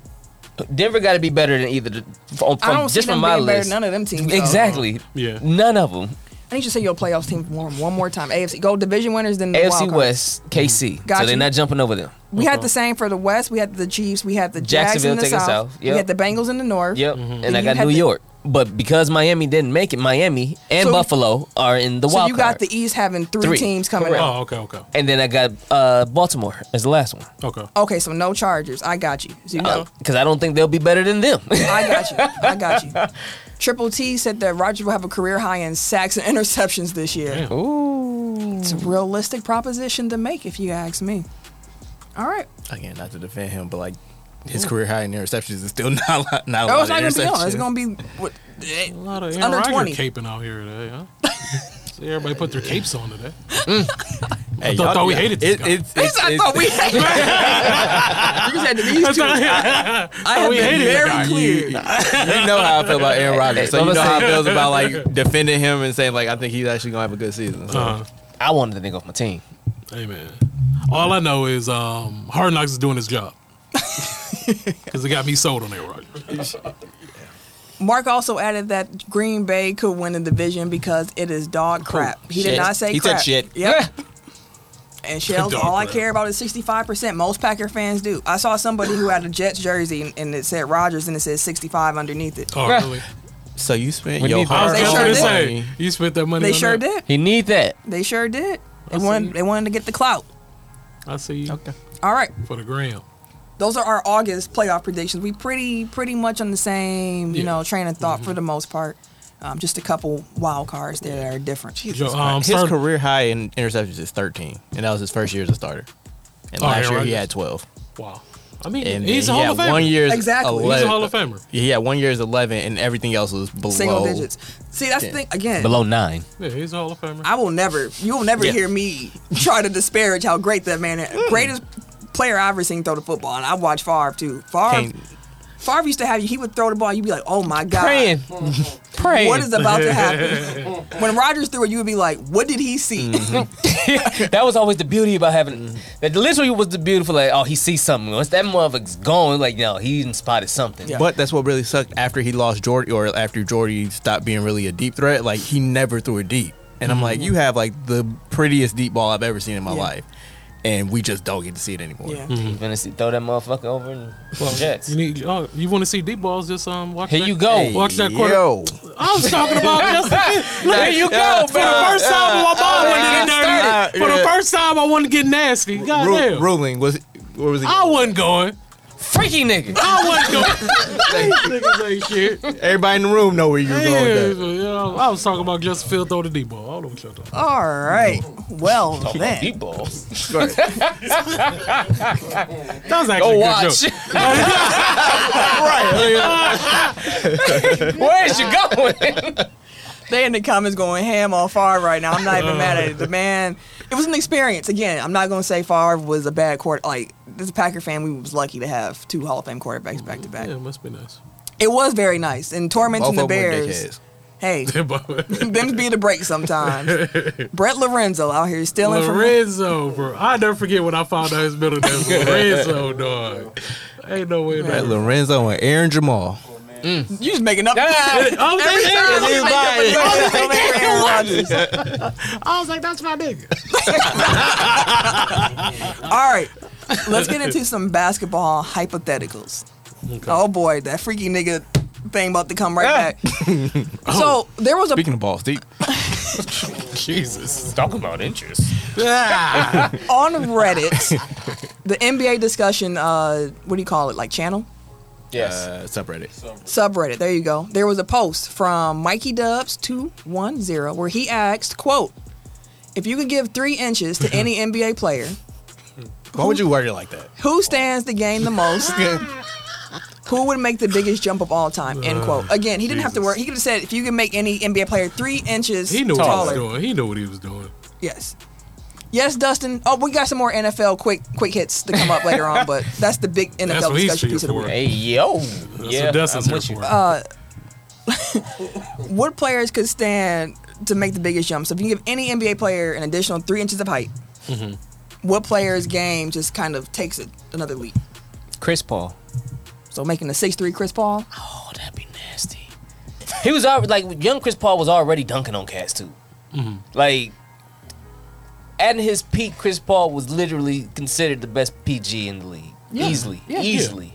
A: Denver got to be better than either. The, from,
B: I don't
A: from-
B: see
A: just
B: them
A: from my
B: being better
A: list.
B: than none of them teams, though.
A: Exactly.
D: Yeah.
A: None of them.
B: I need you to say your playoffs team one, one more time. AFC go division winners, then the wild
A: AFC
B: cards.
A: West, KC.
B: Got
A: so they're
B: you.
A: not jumping over them.
B: We had the same for the West. We had the Chiefs. We had the Jags
A: Jacksonville
B: in the
A: taking
B: South.
A: South,
B: We
A: yep.
B: had the Bengals in the North.
A: Yep. And I
B: you
A: got
B: had
A: New
B: the-
A: York. But because Miami didn't make it, Miami and
B: So-
A: Buffalo are in the
B: So
A: wild
B: you
A: card.
B: got the E East having three,
A: Three.
B: teams coming
A: Correct.
B: out.
D: Oh, okay, okay,
A: and then I got uh, Baltimore as the last one.
D: okay.
B: Okay, so no Chargers. I got you. So you know,
A: Because I don't think they'll be better than them.
B: I got you. I got you. Triple T said that Rogers will have a career high in sacks and interceptions this year.
D: Damn.
A: Ooh.
B: It's a realistic proposition to make, if you ask me. All right.
C: Again, not to defend him, but like his career high in interceptions is still not a lot- not a
B: Oh,
C: lot
B: it's not
C: of
B: going to be on. It's
C: interceptions.
B: going to be what,
D: A lot of
B: Under
D: Aaron
B: 20.
D: Rodgers caping out here today, huh? See, everybody put their capes on today.
C: Hey,
D: I thought-
C: y'all-
D: thought we hated this
C: it,
D: guy.
C: it's- it's-
B: I
C: it's-
B: thought we had. you said these two.
D: I
B: I have
D: we
B: been
D: hated
B: very
D: the guy.
B: clear.
C: you know how I feel about Aaron Rodgers, so
A: Don't
C: you know how I
A: say-
C: feel about like defending him and saying like I think he's actually gonna have a good season. So.
D: Uh,
A: I wanted the nigga off my team.
D: hey man, all I know is um, Hard Knocks is doing his job because it got me sold on Aaron Rodgers.
B: Mark also added that Green Bay could win the division because it is dog crap. He did
C: Shit.
B: not say
C: He said
B: crap.
C: shit.
B: Yep. and Shells,
D: Dog
B: all I
D: crap.
B: care about is 65%. Most Packer fans do. I saw somebody who had a Jets jersey and, and it said Rogers and it said 65 underneath it.
D: Oh really?
C: So you spent
A: We
C: your
A: need
D: I was
C: hard
B: They
D: just
B: sure did.
D: gonna
C: earned
D: say
C: money.
D: you spent that money.
B: They
D: on
B: sure
D: that.
B: did.
A: He need that.
B: They sure did. They
D: I see.
B: wanted, they wanted to get the clout.
D: I see you
B: All right.
D: for the gram.
B: Those are our August playoff predictions. We pretty pretty much on the same, you
D: Yeah. Mm-hmm.
B: know, train of thought for the most part. Um, just a couple wild cards there that are different.
D: Yo, um,
C: His
D: start-
C: career high in interceptions is 13, and that was his first year as a starter. And
D: Oh,
C: last year
D: Aaron
C: he
D: Rodgers?
C: had 12.
D: Wow. I mean,
C: And
D: he's a
C: then
D: Hall
C: he
D: of
C: had
D: Famer.
C: one year is
B: Exactly. He's a
C: 11.
D: Hall of Famer.
C: Yeah, he had one year is 11, and everything else was below.
B: Single digits. See, that's the thing. Again,
A: Below nine.
D: Yeah, he's a Hall of Famer.
B: I will never, you will never
C: Yeah.
B: hear me try to disparage how great that man is. Greatest player I've ever seen throw the football, and I watch Favre too. Favre,
C: Can't-
B: Favre used to have you, he would throw the ball, you'd be like, oh my God.
A: Praying. Praying.
B: What is about to happen? when Rodgers threw it, you would be like, what did he see?
A: that was always the beauty about having that literally was the beautiful like oh he sees something once that motherfucker's gone like no he even spotted something
B: Yeah.
C: But that's what really sucked after he lost Jordy or after Jordy stopped being really a deep threat. Like he never threw it deep. And I'm
D: Mm-hmm.
C: like, you have like the prettiest deep ball I've ever seen in my
B: Yeah.
C: life. And we just don't get to see it anymore.
B: yeah.
A: He's gonna see, throw that motherfucker over and Jets
D: You need. Oh, you want to see deep balls? Just um. Watch
A: here
D: that-
A: you go
C: Hey,
D: Watch that quarter.
C: yo.
D: I was talking about yesterday.
A: here you go
D: For the first time, my mom wanted to get
C: started.
D: dirty. For the
C: Yeah.
D: first time, I wanted to get nasty. God
C: Ru-
D: damn.
C: ruling was where was he?
D: I wasn't going.
A: freaky nigga
B: Oh,
D: I wasn't going. Niggas ain't shit.
C: Everybody in the room know where you were going
D: Yeah,
C: with that.
D: you know, I was talking about Justin Field throw the deep ball. I don't shut up.
B: All right. Well,
A: Oh,
B: then.
A: deep balls
D: That was
A: go
D: actually a good
A: watch
D: joke. Ah,
A: where's you going
B: They in the comments going ham on Favre right now. I'm not even mad at it. The man, it was an experience. Again, I'm not gonna say Favre was a bad quarter. Like this Packer fan, we was lucky to have two Hall of Fame quarterbacks back to back.
D: Yeah, it must be nice.
B: It was very nice and
C: Both
B: tormenting the
C: of them were dickheads.
B: Bears. Hey,
D: Lorenzo,
B: them be the break sometimes. Brett Lorenzo out here stealing
D: bro. I never forget when I found out his middle name was Lorenzo, dog. Ain't no way.
C: That
D: That
C: Lorenzo and Aaron Jamal.
B: from. You just making up.
D: I was
B: Every
D: like,
B: time
D: yeah,
B: you make up a name, it's over Aaron Rodgers.
D: I was like, that's my nigga.
B: All right, let's get into some basketball hypotheticals. Oh boy, that freaky nigga thing about to come right back. so there was a
C: Speaking of balls deep,
D: Jesus.
A: talking about interest
B: on Reddit, the NBA discussion. Uh, what do you call it? Like channel
A: yes
C: uh, subreddit.
B: subreddit. There you go. There was a post from Mikey Dubs two one zero where he asked, "quote If you could give three inches to any NBA player,
C: Why would you word it like that?
B: who stands to gain the most? Who would make the biggest jump of all time? End quote. Again, he didn't have to
D: Uh, Jesus.
B: worry. He could have said, if you can make any NBA player three inches
D: He knew what
B: taller.
D: he was doing. He knew what he was doing.
B: Yes. Yes, Dustin. Oh, we got some more NFL quick quick hits to come up later on, but that's the big NFL
D: what he's
B: discussion
D: here
B: piece of the
D: for.
B: week.
A: Hey yo,
D: That's
A: yeah,
D: what Dustin's
A: I'm
D: here
A: with you.
D: for.
B: What players could stand to make the biggest jump? So if you give any NBA player an additional three inches of height, what player's game just kind of takes it another leap?
A: Chris Paul.
B: So making a six three Chris Paul.
A: Oh, that'd be nasty. He was already like young Chris Paul was already dunking on cats too.
B: Mm-hmm.
A: Like at his peak, Chris Paul was literally considered the best PG in the league.
B: Yeah.
A: Easily,
B: Yeah.
A: easily.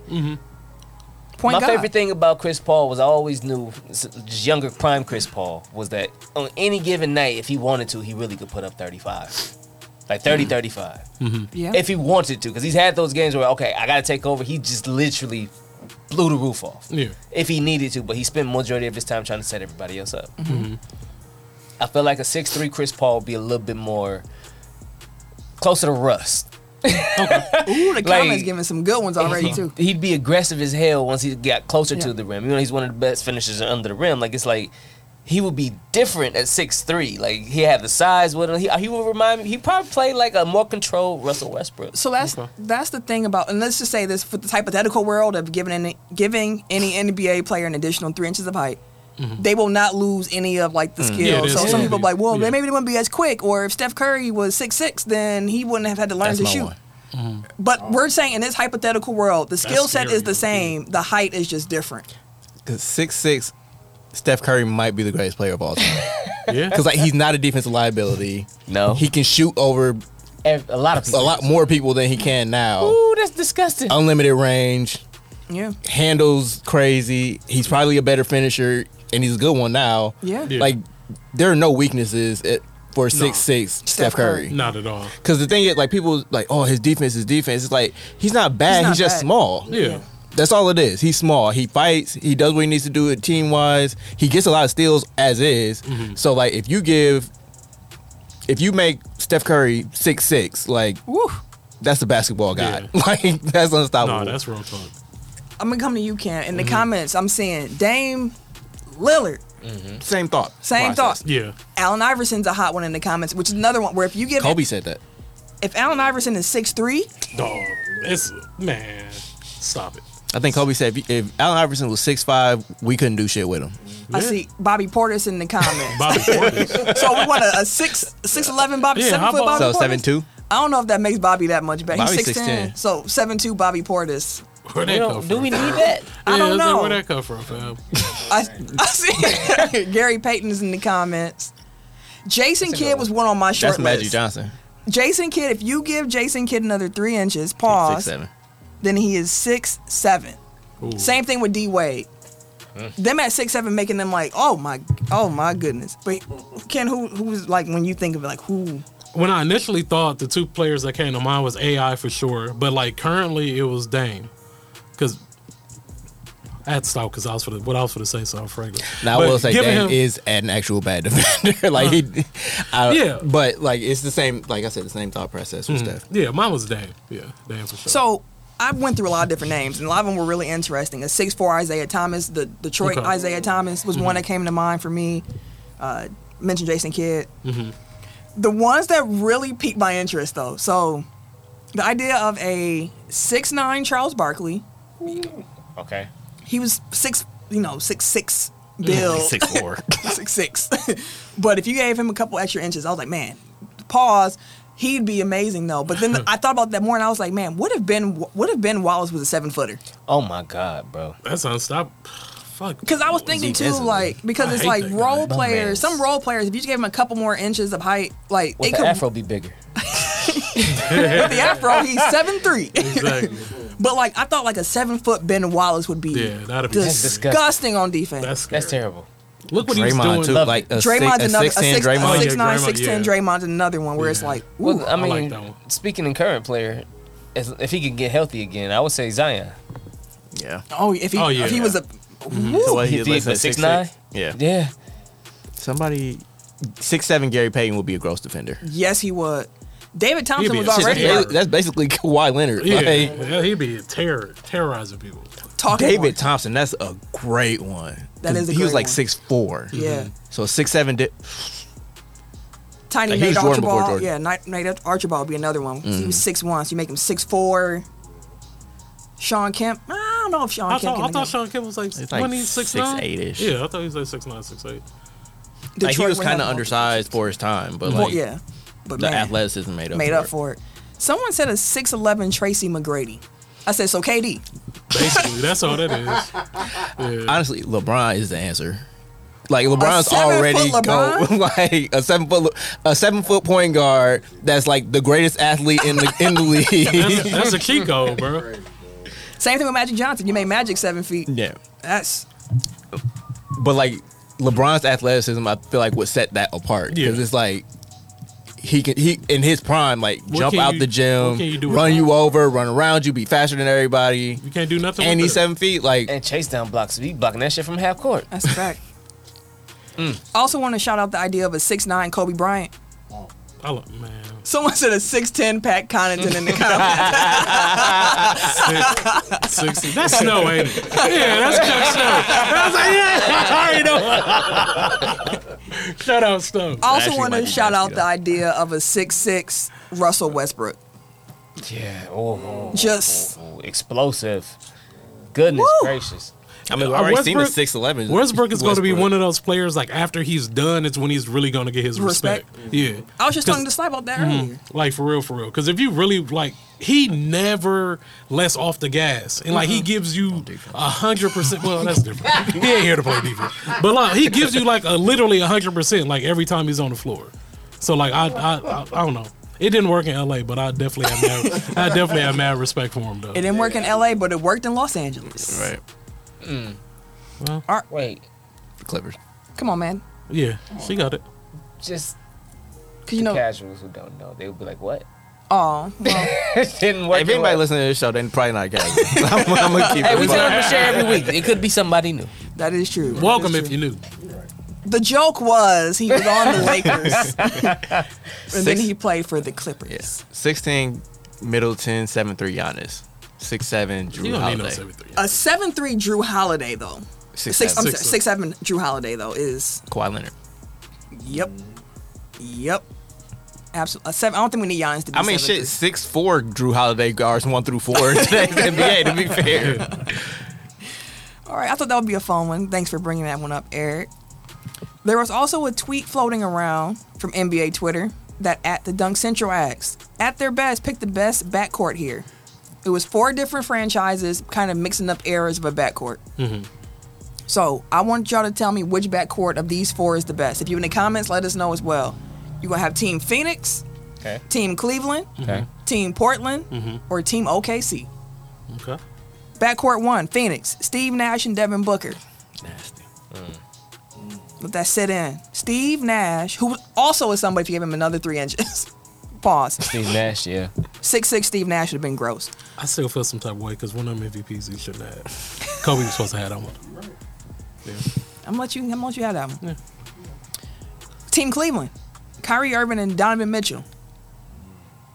B: Point
A: My
B: guard.
A: favorite thing about Chris Paul was I always knew, s- just younger prime Chris Paul, was that on any given night, if he wanted to, he really could put up 35. Like 30,
B: Mm.
A: 35.
B: Yeah.
A: If he wanted to, because he's had those games where, okay, I got to take over. He just literally blew the roof off.
D: Yeah.
A: If he needed to, but he spent majority of his time trying to set everybody else up. I feel like a 6'3 Chris Paul would be a little bit more closer to Rust.
B: Ooh, the
A: like-
B: comments giving some good ones already
A: He-
B: too.
A: He'd be aggressive as hell once he got closer
B: Yeah.
A: to the rim. You know, he's one of the best finishers under the rim. Like it's like he would be different at 6'3". Like he had the size with him. He, he would remind me. He probably played like a more controlled Russell Westbrook.
B: So that's that's the thing about, and let's just say this for the hypothetical world of giving any, giving any NBA player an additional three inches of height, they will not lose any of like the
D: Yeah,
B: skill.
D: it
B: so
D: is.
B: some
D: Yeah.
B: people be like, well,
D: Yeah.
B: they maybe they wouldn't be as quick, or if Steph Curry was six six, then he wouldn't have had to learn
C: That's
B: to
C: my
B: shoot.
C: one.
B: But we're saying in this hypothetical world, the skill set
D: scary,
B: is the
D: though,
B: same, the height is just different.
C: Because six six, Steph Curry might be the greatest player of all time.
D: Yeah.
C: Because like he's not a defensive liability.
A: No.
C: He can shoot over
A: Ev- A lot of
C: a
A: people.
C: lot more people than he can now.
A: Ooh, that's disgusting.
C: Unlimited range,
B: Yeah,
C: handles crazy. He's probably a better finisher, and he's a good one now.
B: yeah,
D: Yeah.
C: Like there are no weaknesses at, for six six Steph
B: Curry.
C: Curry.
D: Not at all.
C: Because the thing is, like people like, oh, his defense is defense. It's like he's not bad.
B: He's
C: He's,
B: not
C: just
B: bad.
C: small.
D: Yeah.
C: That's all it is. He's small. He fights. He does what he needs to do it team wise. He gets a lot of steals as is.
B: Mm-hmm.
C: So like, if you give, if you make Steph Curry six six, like
B: Woo.
C: that's a basketball guy. Like that's unstoppable.
D: No, that's real talk.
B: I'm gonna come to you, Cam. In the comments, I'm seeing Dame Lillard.
C: same thought.
B: Same
C: process.
B: thought.
D: Yeah.
B: Allen Iverson's a hot one in the comments, which is another one where if you give
C: Kobe said that.
B: if Allen Iverson is 6'3,
D: Dog. It's man. Stop it.
C: I think Kobe said if, if Allen Iverson was six five, we couldn't do shit with him.
B: I
D: Yeah.
B: see Bobby Portis in the comments.
D: Bobby Portis.
B: so we want a, a six six eleven Bobby,
D: Yeah,
B: seven
D: how
B: foot
D: about-
B: Bobby
C: So
B: Portis.
C: seven two.
B: I don't know if that makes Bobby that much better. He's
C: Bobby's
B: six ten.
C: 6'10".
B: So seven two Bobby Portis.
D: Where
A: We
D: that come
A: don't, do
D: from?
A: we need that?
B: I
D: yeah,
B: don't
D: it's like,
B: know.
D: Where that come from, fam?
B: I, I see Gary Payton's in the comments. Jason
A: That's a
B: Kidd
A: good
B: was one on my short
C: That's Magic
B: list.
C: Johnson.
B: Jason Kidd, if you give Jason Kidd another three inches,
C: Six
B: pause,
C: seven.
B: then he is six seven.
D: Ooh.
B: Same thing with D Wade.
C: Mm.
B: Them at six seven making them like, oh my, oh my goodness. But Ken, who who's like when you think of it, like who?
D: When I initially thought the two players that came to mind was AI for sure, but like currently it was Dame, because I had to stop because I was for the, what I was for to say so frankly.
C: Now I
D: But
C: will say
D: giving
C: Dame
D: him-
C: is an actual bad defender. like he, I,
D: Yeah. Mm.
C: But like it's the same. Like I said, the same thought process with Steph.
D: yeah, mine was Dame. Yeah, Dame for sure.
B: So I went through a lot of different names, and a lot of them were really interesting. A six four Isaiah Thomas, the Detroit
D: Okay. Mm-hmm.
B: Isaiah Thomas was one that came to mind for me. Uh, mentioned Jason Kidd.
D: Mm-hmm.
B: The ones that really piqued my interest, though. So the idea of a six nine Charles Barkley.
A: Okay.
B: He was six, you know, six six. Bill
C: four.
B: six six. but if you gave him a couple extra inches, I was like, man, pause. He'd be amazing though. But then I thought about that more, and I was like, man, what if Ben? What if Ben Wallace was a seven footer?
A: Oh my God, bro.
D: That's unstoppable. Fuck.
B: Because I was thinking too,
C: defensively.
B: like, because
D: I
B: it's
D: hate
B: like
D: that guy.
B: role
A: Dumbass.
B: players. Some role players, if you just gave him a couple more inches of height, like
A: Would
B: it
A: the
B: could.
A: afro be bigger?
B: with the afro, he's seven three.
D: exactly.
B: but like, I thought like a seven foot Ben Wallace would be
D: Yeah, that'd be
A: That's disgusting.
D: scary.
B: disgusting on defense.
D: That's, scary.
A: That's terrible.
D: Look what he was doing.
C: Draymond too.
A: Love
C: Like a
B: Draymond's
C: six,
B: another
C: a
B: a
C: six, ten.
B: six, a
C: Draymond.
D: Oh, yeah,
B: six nine,
D: Draymond,
B: six ten.
D: yeah.
B: Draymond's another one where it's
D: Yeah.
B: like, ooh,
A: Well, I
D: I like
A: mean,
D: that one.
A: speaking in current player, as- if he can get healthy again, I would say Zion.
C: Yeah.
B: oh, if he
D: Oh, yeah. Mm-hmm. uh,
A: Oh,
B: if he was a, woo.
A: he is, like, six, six? Yeah. Yeah.
C: Somebody six seven Gary Payton will be a gross defender.
B: Yes, he would. David Thompson
D: He'd be
B: was
D: a
B: already
D: terror.
B: like,
C: That's basically Kawhi Leonard.
D: Yeah,
C: Like,
D: yeah, he'd be terror terrorizing people.
B: talking.
C: David
B: point.
C: Thompson, that's a great one.
B: That is a
C: he was
B: great
C: like
B: one.
C: six four.
B: Yeah.
C: So six seven. Di-
B: Tiny
C: Like, he
B: Nate
C: was Jordan before
B: Archibald.
C: Jordan. Mm-hmm.
B: Yeah, Nate, Nate Archibald would be another one. He was six one, so you make him six four. Sean Kemp. I don't know if Sean
D: I
B: Kemp.
D: thought,
B: can
D: I
B: do
D: thought
B: that.
D: Sean Kemp was like,
C: It's like
D: 26,
C: 6'8"-ish.
D: Yeah, I thought he was like 6'9", 6'8".
C: like he
B: Detroit
C: was
B: would
C: kind
B: have
C: of
B: him.
C: undersized for his time, but
B: Well,
C: like
B: yeah, but
C: the
B: man,
C: athleticism made up
B: made
C: for
B: up
C: it.
B: for it. Someone said a six eleven Tracy McGrady. I said so. KD.
D: Basically, that's all that is.
C: Honestly, LeBron is the answer. Like LeBron's
B: seven-foot
C: already
B: LeBron?
C: go like a seven foot a seven foot point guard that's like the greatest athlete in the in the
D: That's,
C: league.
D: that's a key goal, bro.
B: Same thing with Magic Johnson. You made Magic seven feet.
C: yeah,
B: That's
C: but like LeBron's athleticism, I feel like would set that apart because
D: Yeah.
C: it's like he can he in his prime like jump
D: can
C: out
D: you-
C: the
D: what
C: gym,
D: can you do with
C: run
D: that?
C: you over, run around you, be faster than everybody,
D: You can't do nothing
C: and
D: with
C: he's
D: that.
C: seven feet. Like
A: And chase down blocks. He blocking that shit from half court.
B: that's a fact.
C: Mm.
B: I also want to shout out the idea of a six nine Kobe Bryant.
D: I love, man.
B: Someone said a six ten Pat Connaughton in the comments.
D: Sixty. That's snow, ain't it? Yeah, that's Chuck Snow. I was like, yeah, I already know. Shout out Snow.
B: I also
C: Actually,
B: want
C: might
B: to
C: be
B: shout out
C: nasty,
B: the idea of a six six Russell Westbrook.
A: Yeah. Oh, oh,
B: Just-
A: oh, oh. explosive. Goodness
B: Woo!
A: gracious.
C: I mean,
D: Uh,
C: we've already seen the
D: Westbrook-
C: six eleven.
D: Westbrook is going to be one of those players. Like after he's done, it's when he's really going to get his respect.
B: Respect.
D: Yeah,
B: I was just talking to Sly about that
C: Mm-hmm.
B: earlier.
D: like for real, for real. Because if you really like, he never lets off the gas, and like he gives you a hundred percent. Well, that's different. he ain't here to play defense, but like he gives you like a literally a hundred percent like every time he's on the floor. So like I I, I, I don't know. It didn't work in L.A., but I definitely have mad, I definitely have mad respect for him though.
B: It didn't work in LA, but it worked in Los Angeles.
C: right
A: Wait,
C: Clippers.
B: Come on, man.
D: Yeah, she got it.
A: just
B: Cause you know,
A: casuals who don't know, they would be like, "What?"
B: oh,
A: it didn't work.
C: If anybody
A: out.
C: listening to this show, then probably not guys. I'm, I'm gonna keep
A: Hey,
C: it.
A: we tell them
C: but-
A: to share every week. It could be somebody new.
B: that is true. That
D: Welcome
B: is
D: if
B: true.
D: you knew.
B: The joke was he was on the Lakers, and then
C: Six-
B: he played for the Clippers.
C: Sixteen, Middleton, seven three, Giannis, six seven, Drew
D: You don't need no
C: Holiday.
D: seven three.
B: A seven three Drew Holiday though.
C: Six,
B: Six, I'm
C: seven,
B: sorry,
D: Six,
B: six seven Drew Holiday though is
C: Kawhi Leonard.
B: yep, yep, absolutely. Seven. I don't think we need Giannis to be.
C: I mean,
B: 7'3".
C: shit, six four Drew Holiday guards one through four in today's NBA. To be fair,
B: All right, I thought that would be a fun one. Thanks for bringing that one up, Eric. There was also a tweet floating around from NBA Twitter that at the Dunk Central asked, at their best, pick the best backcourt here. It was four different franchises kind of mixing up eras of a backcourt. So I want y'all to tell me which backcourt of these four is the best. If you in the comments, let us know as well. You're going to have Team Phoenix,
A: Okay.
B: Team Cleveland,
A: Okay.
B: Team Portland, or Team OKC.
D: Okay.
B: Backcourt one, Phoenix, Steve Nash and Devin Booker. Mm. Let that sit in. Steve Nash, who also is somebody if you gave him another three inches. Pause.
A: Steve Nash, yeah.
B: Six six Steve Nash would have been gross.
D: I still feel some type of way because one of them MVPs he shouldn't have. had. Kobe was supposed to have that one.
B: I'm gonna let you I'm gonna let you have that one. Team Cleveland. Kyrie Irving and Donovan Mitchell.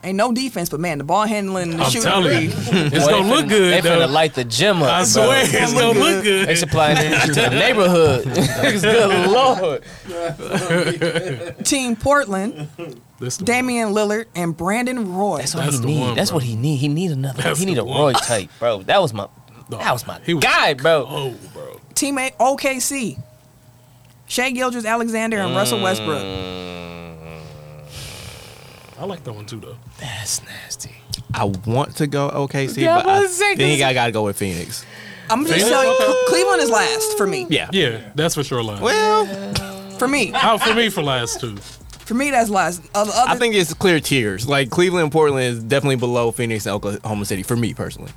B: Ain't no defense, but man, the ball handling and the
D: I'm
B: shooting.
D: telling you, it's
A: Boy, they
D: gonna look
A: finna-
D: good
A: They finna
D: though.
A: light the gym up.
D: I
A: bro.
D: swear, it's gonna
A: They
D: look good.
A: supplying energy to the neighborhood. Good lord.
B: Team Portland,
D: This the one.
B: Damian Lillard and Brandon Roy.
A: That's what
D: That's
A: he
D: the
A: need.
D: one,
A: That's
D: bro.
A: what he need. He need another.
D: That's
A: he need
D: the
A: a
D: one.
A: Roy type, bro. That was my.
D: No,
A: That was my
D: he was-
A: guy, bro.
D: Oh, bro.
B: Teammate OKC. Shea Gilders, Alexander, and Russell Westbrook.
D: I like that one too though.
A: That's nasty.
C: I want to go OKC,
A: Yeah,
C: but I
A: but six-
C: think I gotta go with Phoenix.
B: I'm just telling you, Cle- Cleveland is last for me.
C: Yeah.
D: Yeah, that's for sure last.
C: Well,
B: For me.
D: Out for me for last two.
B: For me, that's last. Other, other,
C: I think it's clear tiers. Like Cleveland, and Portland is definitely below Phoenix and Oklahoma City for me personally.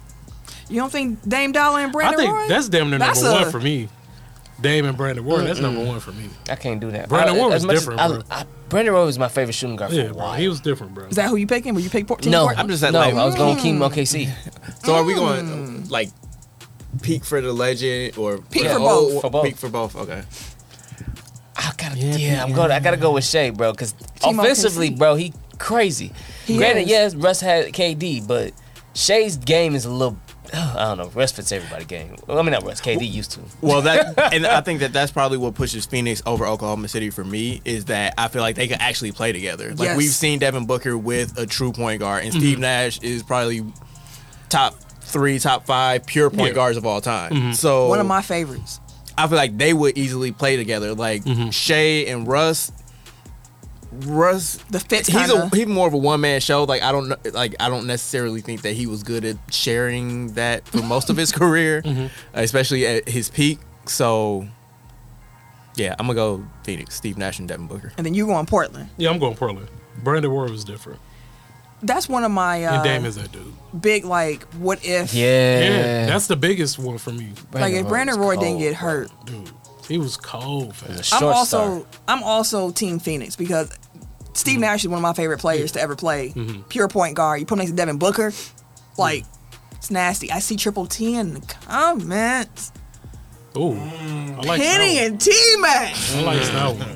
B: you don't think Dame Dollar and
D: I
B: Brandon
D: think
B: Roy?
D: that's damn near
B: That's
D: number
B: a-
D: one for me. Dame and Brandon Ward, that's number one for me.
A: I can't do that.
D: Brandon
A: I-
D: Roy
A: as
D: was
A: much as
D: different,
A: I-
D: bro.
A: I- Brandon Roy was my favorite shooting guard for
D: Yeah,
A: a
D: bro.
A: while.
D: He was different, bro.
B: Is that who you picking? Will you pick Port- Team
A: no,
B: Portland?
C: I'm just at
A: no.
C: like-
A: I was going Keep him OKC.
C: So are we going uh, like peak for the legend or
B: Mm. Peak
A: for
B: both.
A: For both.
C: Peak for both. Okay.
A: I gotta yeah, I'm going. I gotta go with Shea, bro, because
B: Timo
A: offensively,
B: can see.
A: bro, he crazy.
B: He
A: Granted,
B: is.
A: yes, Russ had KD, but Shea's game is a little. I don't know. Russ fits everybody game. Well, I mean, not Russ. KD used to.
C: Well, that and I think that that's probably what pushes Phoenix over Oklahoma City for me is that I feel like they can actually play together. Like
B: Yes. Mm-hmm.
C: we've seen Devin Booker with a true point guard, and Steve Nash is probably top three, top five pure point
D: Yeah.
C: guards of all time. So
B: Mm-hmm. One of my favorites.
C: I feel like they would easily play together. Like
B: Mm-hmm.
C: Shea and Russ. Russ,
B: The fits
C: he's a
B: kinda-
C: he's more of a one man show. Like I don't kn- like I don't necessarily think that he was good at sharing that for most of his career,
B: Mm-hmm.
C: especially at his peak. So yeah, I'm gonna go Phoenix, Steve Nash, and Devin Booker.
B: And then you go on Portland.
D: Yeah, I'm going Portland. Brandon Ward was different.
B: That's one of my
D: and
B: uh,
D: Dame is that dude.
B: big like what if
A: Yeah,
D: Yeah, that's the biggest one for me,
B: like if
A: Roy
B: Brandon
A: was
B: Roy didn't
A: cold,
B: get hurt.
D: dude. He was cold,
A: bro.
D: fast.
A: Short
B: I'm also
A: star.
B: I'm also Team Phoenix because Steve Nash is one of my favorite players to ever play. Pure point guard. You put him next to Devin Booker, like it's nasty. I see triple T in the comments.
D: Ooh, I like
B: Penny
D: that
B: and T Mac.
D: one. I like that one.
B: Ooh,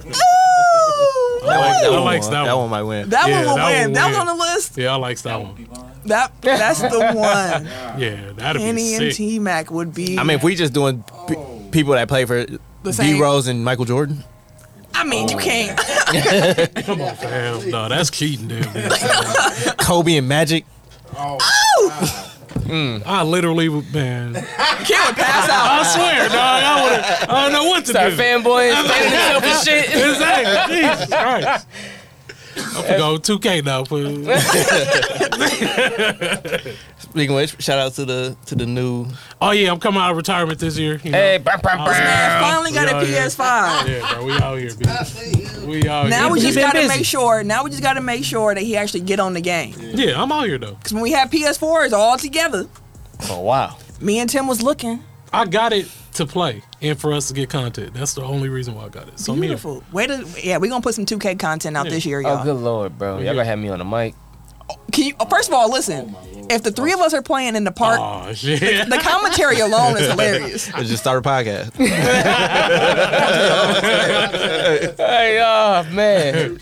D: like that
B: woo.
D: one. likes
C: won-
D: that
C: that
D: one.
C: one might win.
B: That
D: Yeah,
B: one will
D: that
B: win.
D: one
B: That was
D: win.
B: on the list.
D: Yeah, I like that one.
B: That that's the one.
D: Yeah, that'd
B: Penny and
D: be sick.
B: T Mac would be.
C: I mean, if we just doing p- people that play for
B: The same.
C: D Rose and Michael Jordan,
B: I mean,
D: Oh.
B: you can't.
D: Come on, fam. No, that's cheating, damn. near.
C: Kobe and Magic.
D: I literally, would- man.
B: Can't would pass out.
D: I swear, dog. I would. I don't know what to
A: Start
D: do.
A: fanboy fanboying himself and shit.
D: Exactly. Jesus Christ. I'm gonna go 2K now. fool.
C: Speaking of which, shout out to the to the new
D: Oh yeah, I'm coming out of retirement this year. you know.
A: Hey, bam, bam, bam.
B: Finally got
D: Yeah,
B: a
D: yeah.
B: PS5.
D: Yeah, bro, we out here, bitch. We out
B: Now
D: here.
B: we
A: He
B: just
A: been
B: gotta
A: busy.
B: make sure. Now we just gotta make sure that he actually get on the game.
D: yeah, I'm out here though.
B: Cause when we had PS4s all together,
A: Oh wow.
B: me and Tim was looking
D: I got it to play and for us to get content. That's the only reason why I got it. So I'm here.
B: beautiful. Wait, to, yeah, we gonna put some 2K content out
D: Yeah.
B: this year,
A: Oh
B: y'all.
A: good lord, bro. Y'all gonna have me on the mic.
B: Can you? oh, First of all, listen. if the three of us are playing in the park,
D: Oh shit.
B: the commentary alone is hilarious.
C: Let's just start a podcast.
A: Hey, oh man.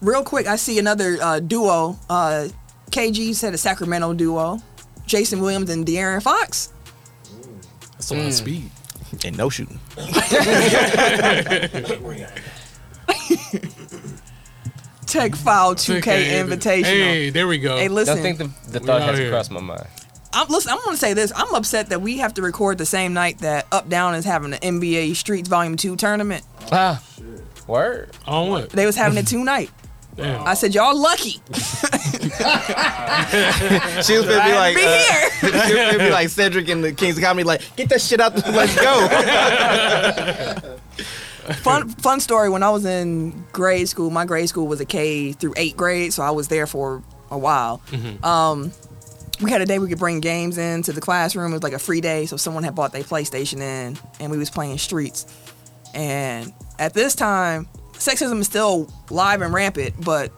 B: Real quick, I see another uh, duo. Uh, KG said a Sacramento duo. Jason Williams and De'Aaron Fox.
D: That's
B: Mm.
D: on speed.
C: and no shooting.
B: Tech File 2K Invitational.
D: Hey, there we go.
B: Hey, listen.
A: Don't think the, the
D: We
A: thought
D: out
A: has
D: here.
A: crossed my mind.
B: I'm listen. I'm gonna say this. I'm upset that we have to record the same night that Up Down is having the NBA Streets Volume Two tournament.
A: Ah, word.
D: on what?
B: They was having it two night.
D: Damn.
B: I said, y'all lucky
C: She was gonna be like,
B: be
C: uh,
B: here.
C: she was gonna be like Cedric in the Kings of Comedy, like, get that shit out, the, let's go.
B: Fun fun story. When I was in grade school, my grade school was a K through eight grade, so I was there for a while.
C: Mm-hmm.
B: Um, we had a day we could bring games into the classroom. It was like a free day, so someone had bought their PlayStation in, and we was playing Streets. And at this time, sexism is still live and rampant, but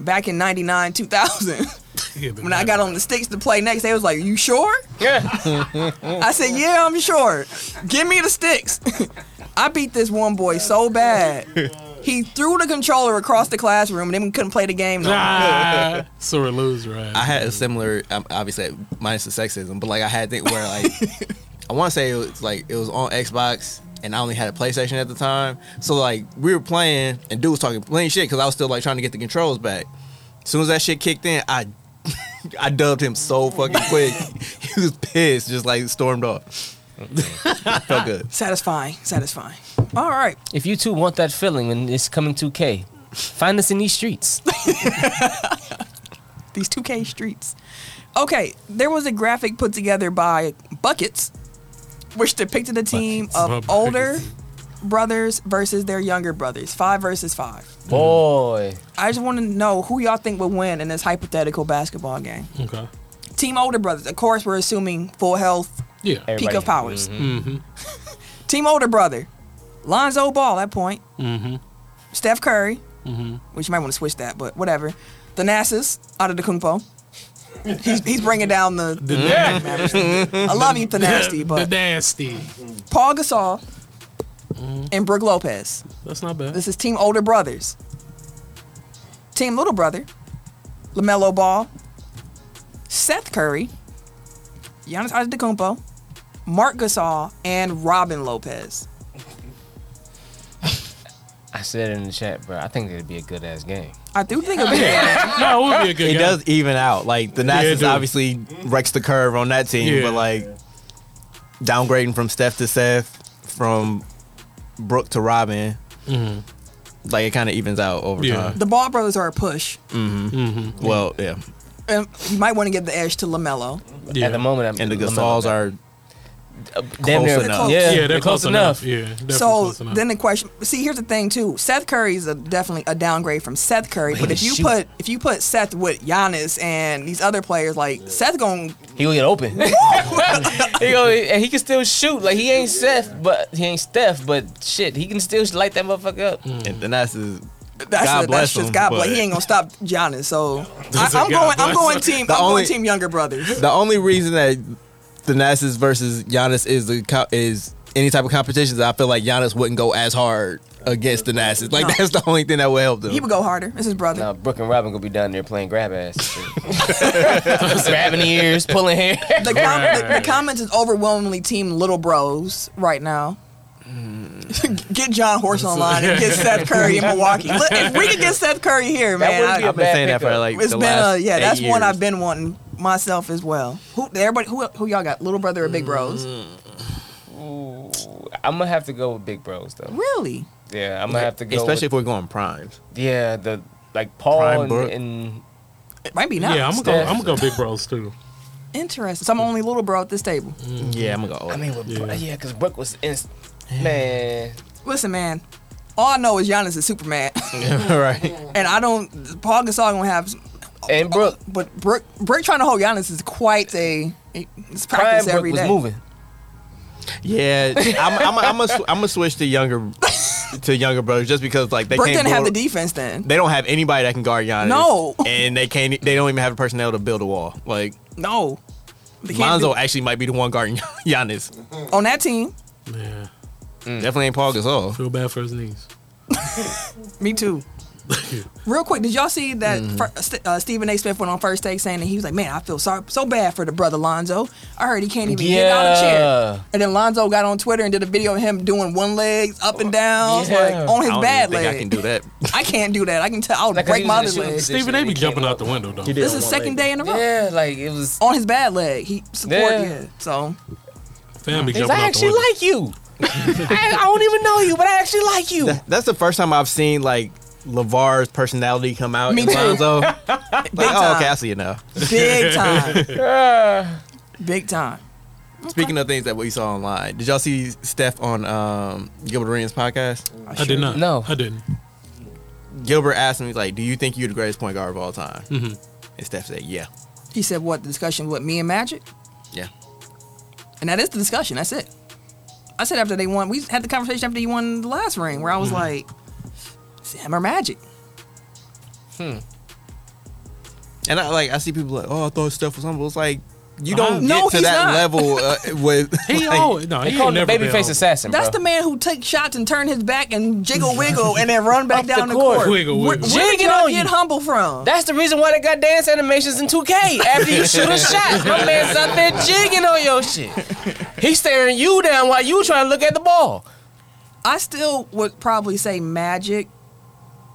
B: back in 99 2000
D: Yeah, but
B: when i got on the sticks to play next they was like you sure
A: Yeah.
B: I said, "Yeah, I'm sure. Give me the sticks." I beat this one boy so bad. He threw the controller across the classroom, and then we couldn't play the game. no more.
D: Ah. Nah. Sore loser, right?
C: I had a similar, um, obviously minus the sexism, but like I had thing where like, I want to say it was like it was on Xbox. And I only had a PlayStation at the time, so like we were playing, and dude was talking plain shit because I was still like trying to get the controls back. As soon as that shit kicked in, I, I dubbed him so fucking quick. he was pissed, just like stormed off. Felt good.
B: Satisfying, satisfying. All right,
A: If you two want that feeling when it's coming 2K, find us in these streets.
B: these 2K streets. Okay, there was a graphic put together by Buckets, which depicted a team
D: Buckets.
B: of
D: Buckets.
B: older brothers versus their younger brothers, five versus five.
A: Boy.
B: I just want to know who y'all think would win in this hypothetical basketball game.
D: okay.
B: Team older brothers, of course, we're assuming full health,
D: Yeah.
B: peak
A: Everybody-
B: of powers.
D: Mm-hmm.
B: Team older brother, Lonzo Ball at point,
D: Mm-hmm.
B: Steph Curry,
D: Mhm.
B: which you might want to switch that, but whatever. The Nasus out of the Kumpo. He's, he's bringing down the.
D: The yeah.
B: I love you, Thanasty,
D: the
B: but
D: nasty.
B: Paul Gasol,
D: Mm-hmm.
B: and Brooke Lopez.
D: That's not bad.
B: This is Team Older Brothers. Team Little Brother, LaMelo Ball, Seth Curry, Giannis Antetokounmpo, Mark Gasol, and Robin Lopez.
A: I said it in the chat, bro. I think it'd be a good ass game.
B: I do think it'll be good.
D: no, it would be a good
C: It
D: game.
C: does even out. Like the
D: Yeah, it
C: Nationals
D: do.
C: obviously wrecks the curve on that team,
D: Yeah.
C: but like downgrading from Steph to Seth, from Brooke to Robin, like it kind of evens out over
D: Mm-hmm. Yeah.
C: time.
B: the Ball Brothers are a push.
D: Mm-hmm.
C: Well, yeah,
B: Um, you might want to give the edge to LaMelo.
D: Yeah.
A: At the moment, I'm
C: and the Gasols are
A: damn
C: close
A: near
C: enough.
A: Yeah,
D: yeah, they're, close, enough. Yeah, definitely
B: So
D: close enough.
B: then the question. See, here's the thing too. Seth Curry is a, definitely a downgrade from Seth Curry.
A: Way
B: but
A: to
B: if you
A: shoot.
B: put if you put Seth with Giannis and these other players, like Seth going
A: He gonna get open. he go, and he can still shoot. Like he ain't Seth, but he ain't Steph, but shit, he can still light that motherfucker up.
D: Mm.
C: and the Nationals.
B: That's,
C: God
B: a,
C: bless
B: that's just
C: him,
B: God bless.
C: but-
B: He ain't gonna stop Giannis. So I,
D: That's a
B: I'm
D: God
B: going. I'm
D: bless
B: going
D: him.
B: team.
C: The
B: I'm
C: only-
B: going team younger brothers.
C: The only reason that the Nationals versus Giannis is the co- is any type of competition is I feel like Giannis wouldn't go as hard against the Nationals. Like
B: No.
C: that's the only thing that would help them.
B: He would go harder. It's his brother.
A: Now Brooke and Robin gonna be down there playing grab ass, grabbing ears, pulling hair.
B: The, com- the, the comments is overwhelmingly team little bros right now. get John Horse online and get Seth Curry in Milwaukee. Look, if we could get Seth Curry here,
A: That
B: man,
A: wouldn't be
B: I-
A: a
C: I've been
A: bad
C: saying that for
A: pickup.
C: like
B: it's
C: the
B: been
C: last
B: a yeah.
C: eight
B: That's one
C: years.
B: I've been wanting myself as well. Who everybody? Who who y'all got? Little brother or big bros?
A: Ooh, I'm gonna have to go with Big Bros though.
B: Really?
A: Yeah, I'm gonna have to go.
C: especially
A: with,
C: if we're going primes.
A: yeah, the like Paul
C: Prime
A: and,
C: Brooke.
A: and
B: It might be not.
D: yeah, I'm gonna go.
A: Steph.
D: I'm gonna go Big Bros too.
B: interesting. So I'm only little bro at this table.
C: Yeah, I'm gonna go.
A: Mm-hmm. I mean, with,
D: Yeah.
A: yeah, because Brooke was inst- man.
B: Listen, man. All I know is Giannis is Superman,
C: right.
B: and I don't. Paul Gasol gonna have,
A: And Brooke,
B: but Brick Brick trying to hold Giannis is quite a. It's
A: prime
B: practice
A: Brooke
B: every
A: was
B: day.
A: moving.
C: Yeah, I'm. I'm. I'm gonna. I'm gonna switch to younger, to younger brothers, just because like they
B: Brick
C: can't.
B: didn't have
C: go-
B: the defense then.
C: they don't have anybody that can guard Giannis.
B: No.
C: and they can't. They don't even have the personnel to build a wall. Like
B: No. They can't
C: Lonzo actually might be the one guarding Giannis.
B: do- on that team.
D: Man,
A: Mm.
C: Definitely ain't Paul Gasol.
D: feel bad for his knees.
B: Me too. Real quick, did y'all see that
C: Mm-hmm.
B: fir- St- uh, Stephen A. Smith went on first take saying that he was like, "Man, I feel sorry, so bad for the brother Lonzo. I heard he can't even get out of
A: Yeah.
B: chair." And then Lonzo got on Twitter and did a video of him doing one leg up and down,
A: Yeah.
B: like on his
C: I don't
B: bad
C: even think
B: leg.
C: I can do that.
B: I can't do that. I can tell. I'll
A: Like, 'cause
B: break
A: he
B: my
A: was in the shooting
B: other leg.
A: position.
D: Stephen, they
A: He
D: be
A: came
D: jumping
A: up.
D: out the window though.
C: did.
B: This
C: Yeah,
B: is
C: one
B: second
C: leg.
B: day in a row
A: Yeah, like it was.
B: on his bad leg. He support
A: Yeah.
B: yeah. So
D: Fam be
A: Because
D: jumping
A: I
D: out the
A: actually
D: window.
A: like you. I, I don't even know you, but I actually like you.
C: That- That's the first time I've seen like Lavar's personality come out
B: Me
C: in
B: too.
C: Lonzo. like, oh,
B: time.
C: okay, I see it now.
B: big time,
A: Yeah.
B: big time.
C: Speaking of things that we saw online, did y'all see Steph on um, Gilbert Arenas podcast?
D: I did not.
A: No.
D: I didn't.
C: Gilbert asked him, he's like, "Do you think you're the greatest point guard of all time?"
B: Mm-hmm.
C: And Steph said, "Yeah,
B: He said, "What the discussion? What me and Magic?"
C: yeah."
B: And that is the discussion. That's it. I said after they won, we had the conversation after you won the last ring where I was like, it's him or magic.
C: And I like I see people like, "Oh, I thought Steph was humble." It's like you don't
B: Uh-huh. No,
C: get to
B: he's
C: that
B: not.
C: level uh, with
D: He
C: like,
D: always no.
A: They
D: He
A: call
D: ain't
A: him the
D: never been
A: babyface
D: on-
A: assassin.
B: That's
A: bro.
B: the man who takes shots and turn his back and jiggle wiggle and then run back
A: Up the
B: down the
A: court.
B: court.
D: Wiggle,
B: Where,
D: wiggle.
B: where did
A: Jigging
B: y'all
A: on
B: get
A: you.
B: humble from?
A: That's the reason why they got dance animations in 2K. After you shoot a shot, my man's out there jigging on your shit. He's staring you down while you trying to look at the ball.
B: I still would probably say Magic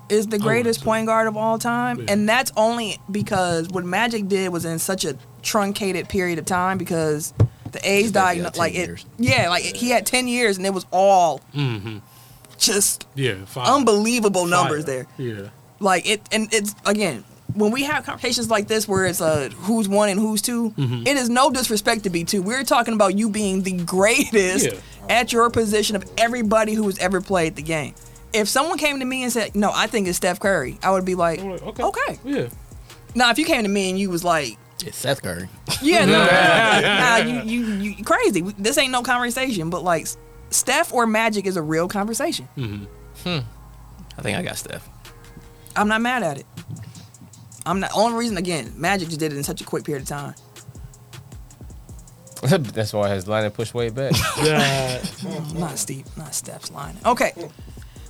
B: is the greatest point guard of all time,
D: Yeah.
B: and that's only because what Magic did was in such a truncated period of time because the A's
C: about, yeah,
B: diagnosed
C: 10
B: like it,
C: years.
B: yeah, like he had ten years, and it was all just
D: Yeah. Fire.
B: unbelievable
D: Mm-hmm. Uh, Fire.
B: numbers there.
D: Yeah.
B: Like it, and it's again when we have conversations like this where it's uh who's one and who's 2 it is no disrespect to be two. We're talking about you being the greatest
D: Yeah.
B: at your position of everybody who has ever played the game. If someone came to me and said, "No, I think it's Steph Curry," I would be like,
D: I'm like,
B: "Okay."
D: okay. Yeah.
B: Now, if you came to me and you was like,
C: It's Seth Curry.
B: "Yeah, no, nah, nah, you, you you crazy. This ain't no conversation." But like, Steph or Magic is a real conversation.
C: I think I got Steph.
B: I'm not mad at it. I'm not. Only reason again, Magic just did it in such a quick period of time.
A: That's why his line pushed way back.
D: Yeah.
B: Not Steve, not Steph's line. Okay.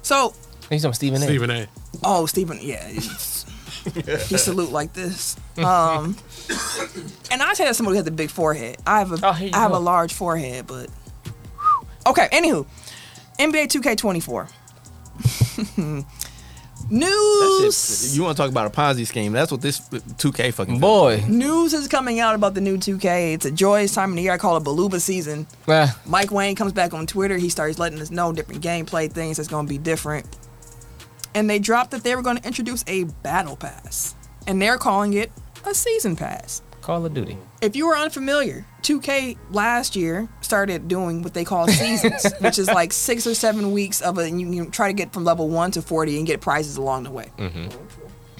B: So,
A: He's on Stephen A.
D: Stephen A.
B: oh, Stephen, yeah. it's- he salute like this. Um, and I tell you, somebody who has a big forehead. I have a,
A: Oh,
B: I
A: here you
B: have
A: go.
B: a large forehead, but. Okay, anywho. NBA 2K24.
C: That
B: News.
C: shit, you want to talk about a Ponzi scheme? That's what this 2K fucking
A: Boy.
B: News is coming out about the new 2K. It's a joyous time of the year. I call it Baluba season.
A: Ah,
B: Mike Wayne comes back on Twitter. He starts letting us know different gameplay things that's going to be different. And they dropped that they were going to introduce a battle pass. And they're calling it a season pass.
A: Call of Duty.
B: If you were unfamiliar, 2K last year started doing what they call seasons, which is like six or seven weeks of a, and you can try to get from level one to 40 and get prizes along the way.
A: Mm-hmm.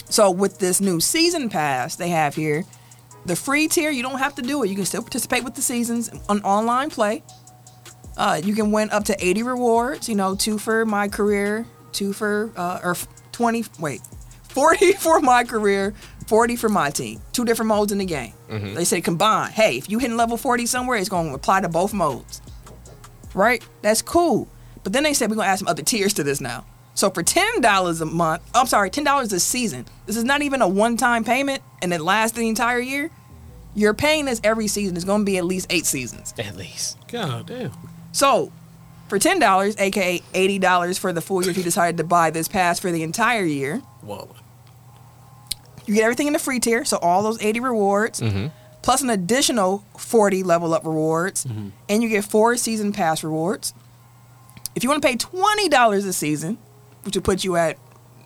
B: So with this new season pass they have here, the free tier, you don't have to do it. You can still participate with the seasons on online play. Uh, you can win up to 80 rewards, you know, two for my career, two for, uh, or 20, wait, 40 for my career, 40 for my team. Two different modes in the game. They say combine. Hey, if you hitting level 40 somewhere, it's going to apply to both modes. Right? That's cool. But then they said we're going to add some other tiers to this now. So for $10 a month, I'm sorry, $10 a season, this is not even a one time payment and it lasts the entire year. You're paying this every season. It's going to be at least eight seasons.
A: At least.
D: God damn.
B: So, for ten dollars, aka eighty dollars for the full year, if you decided to buy this pass for the entire year,
D: Wallet.
B: you get everything in the free tier. So all those eighty rewards, plus an additional forty level up rewards, and you get four season pass rewards. If you want to pay twenty dollars a season, which will put you at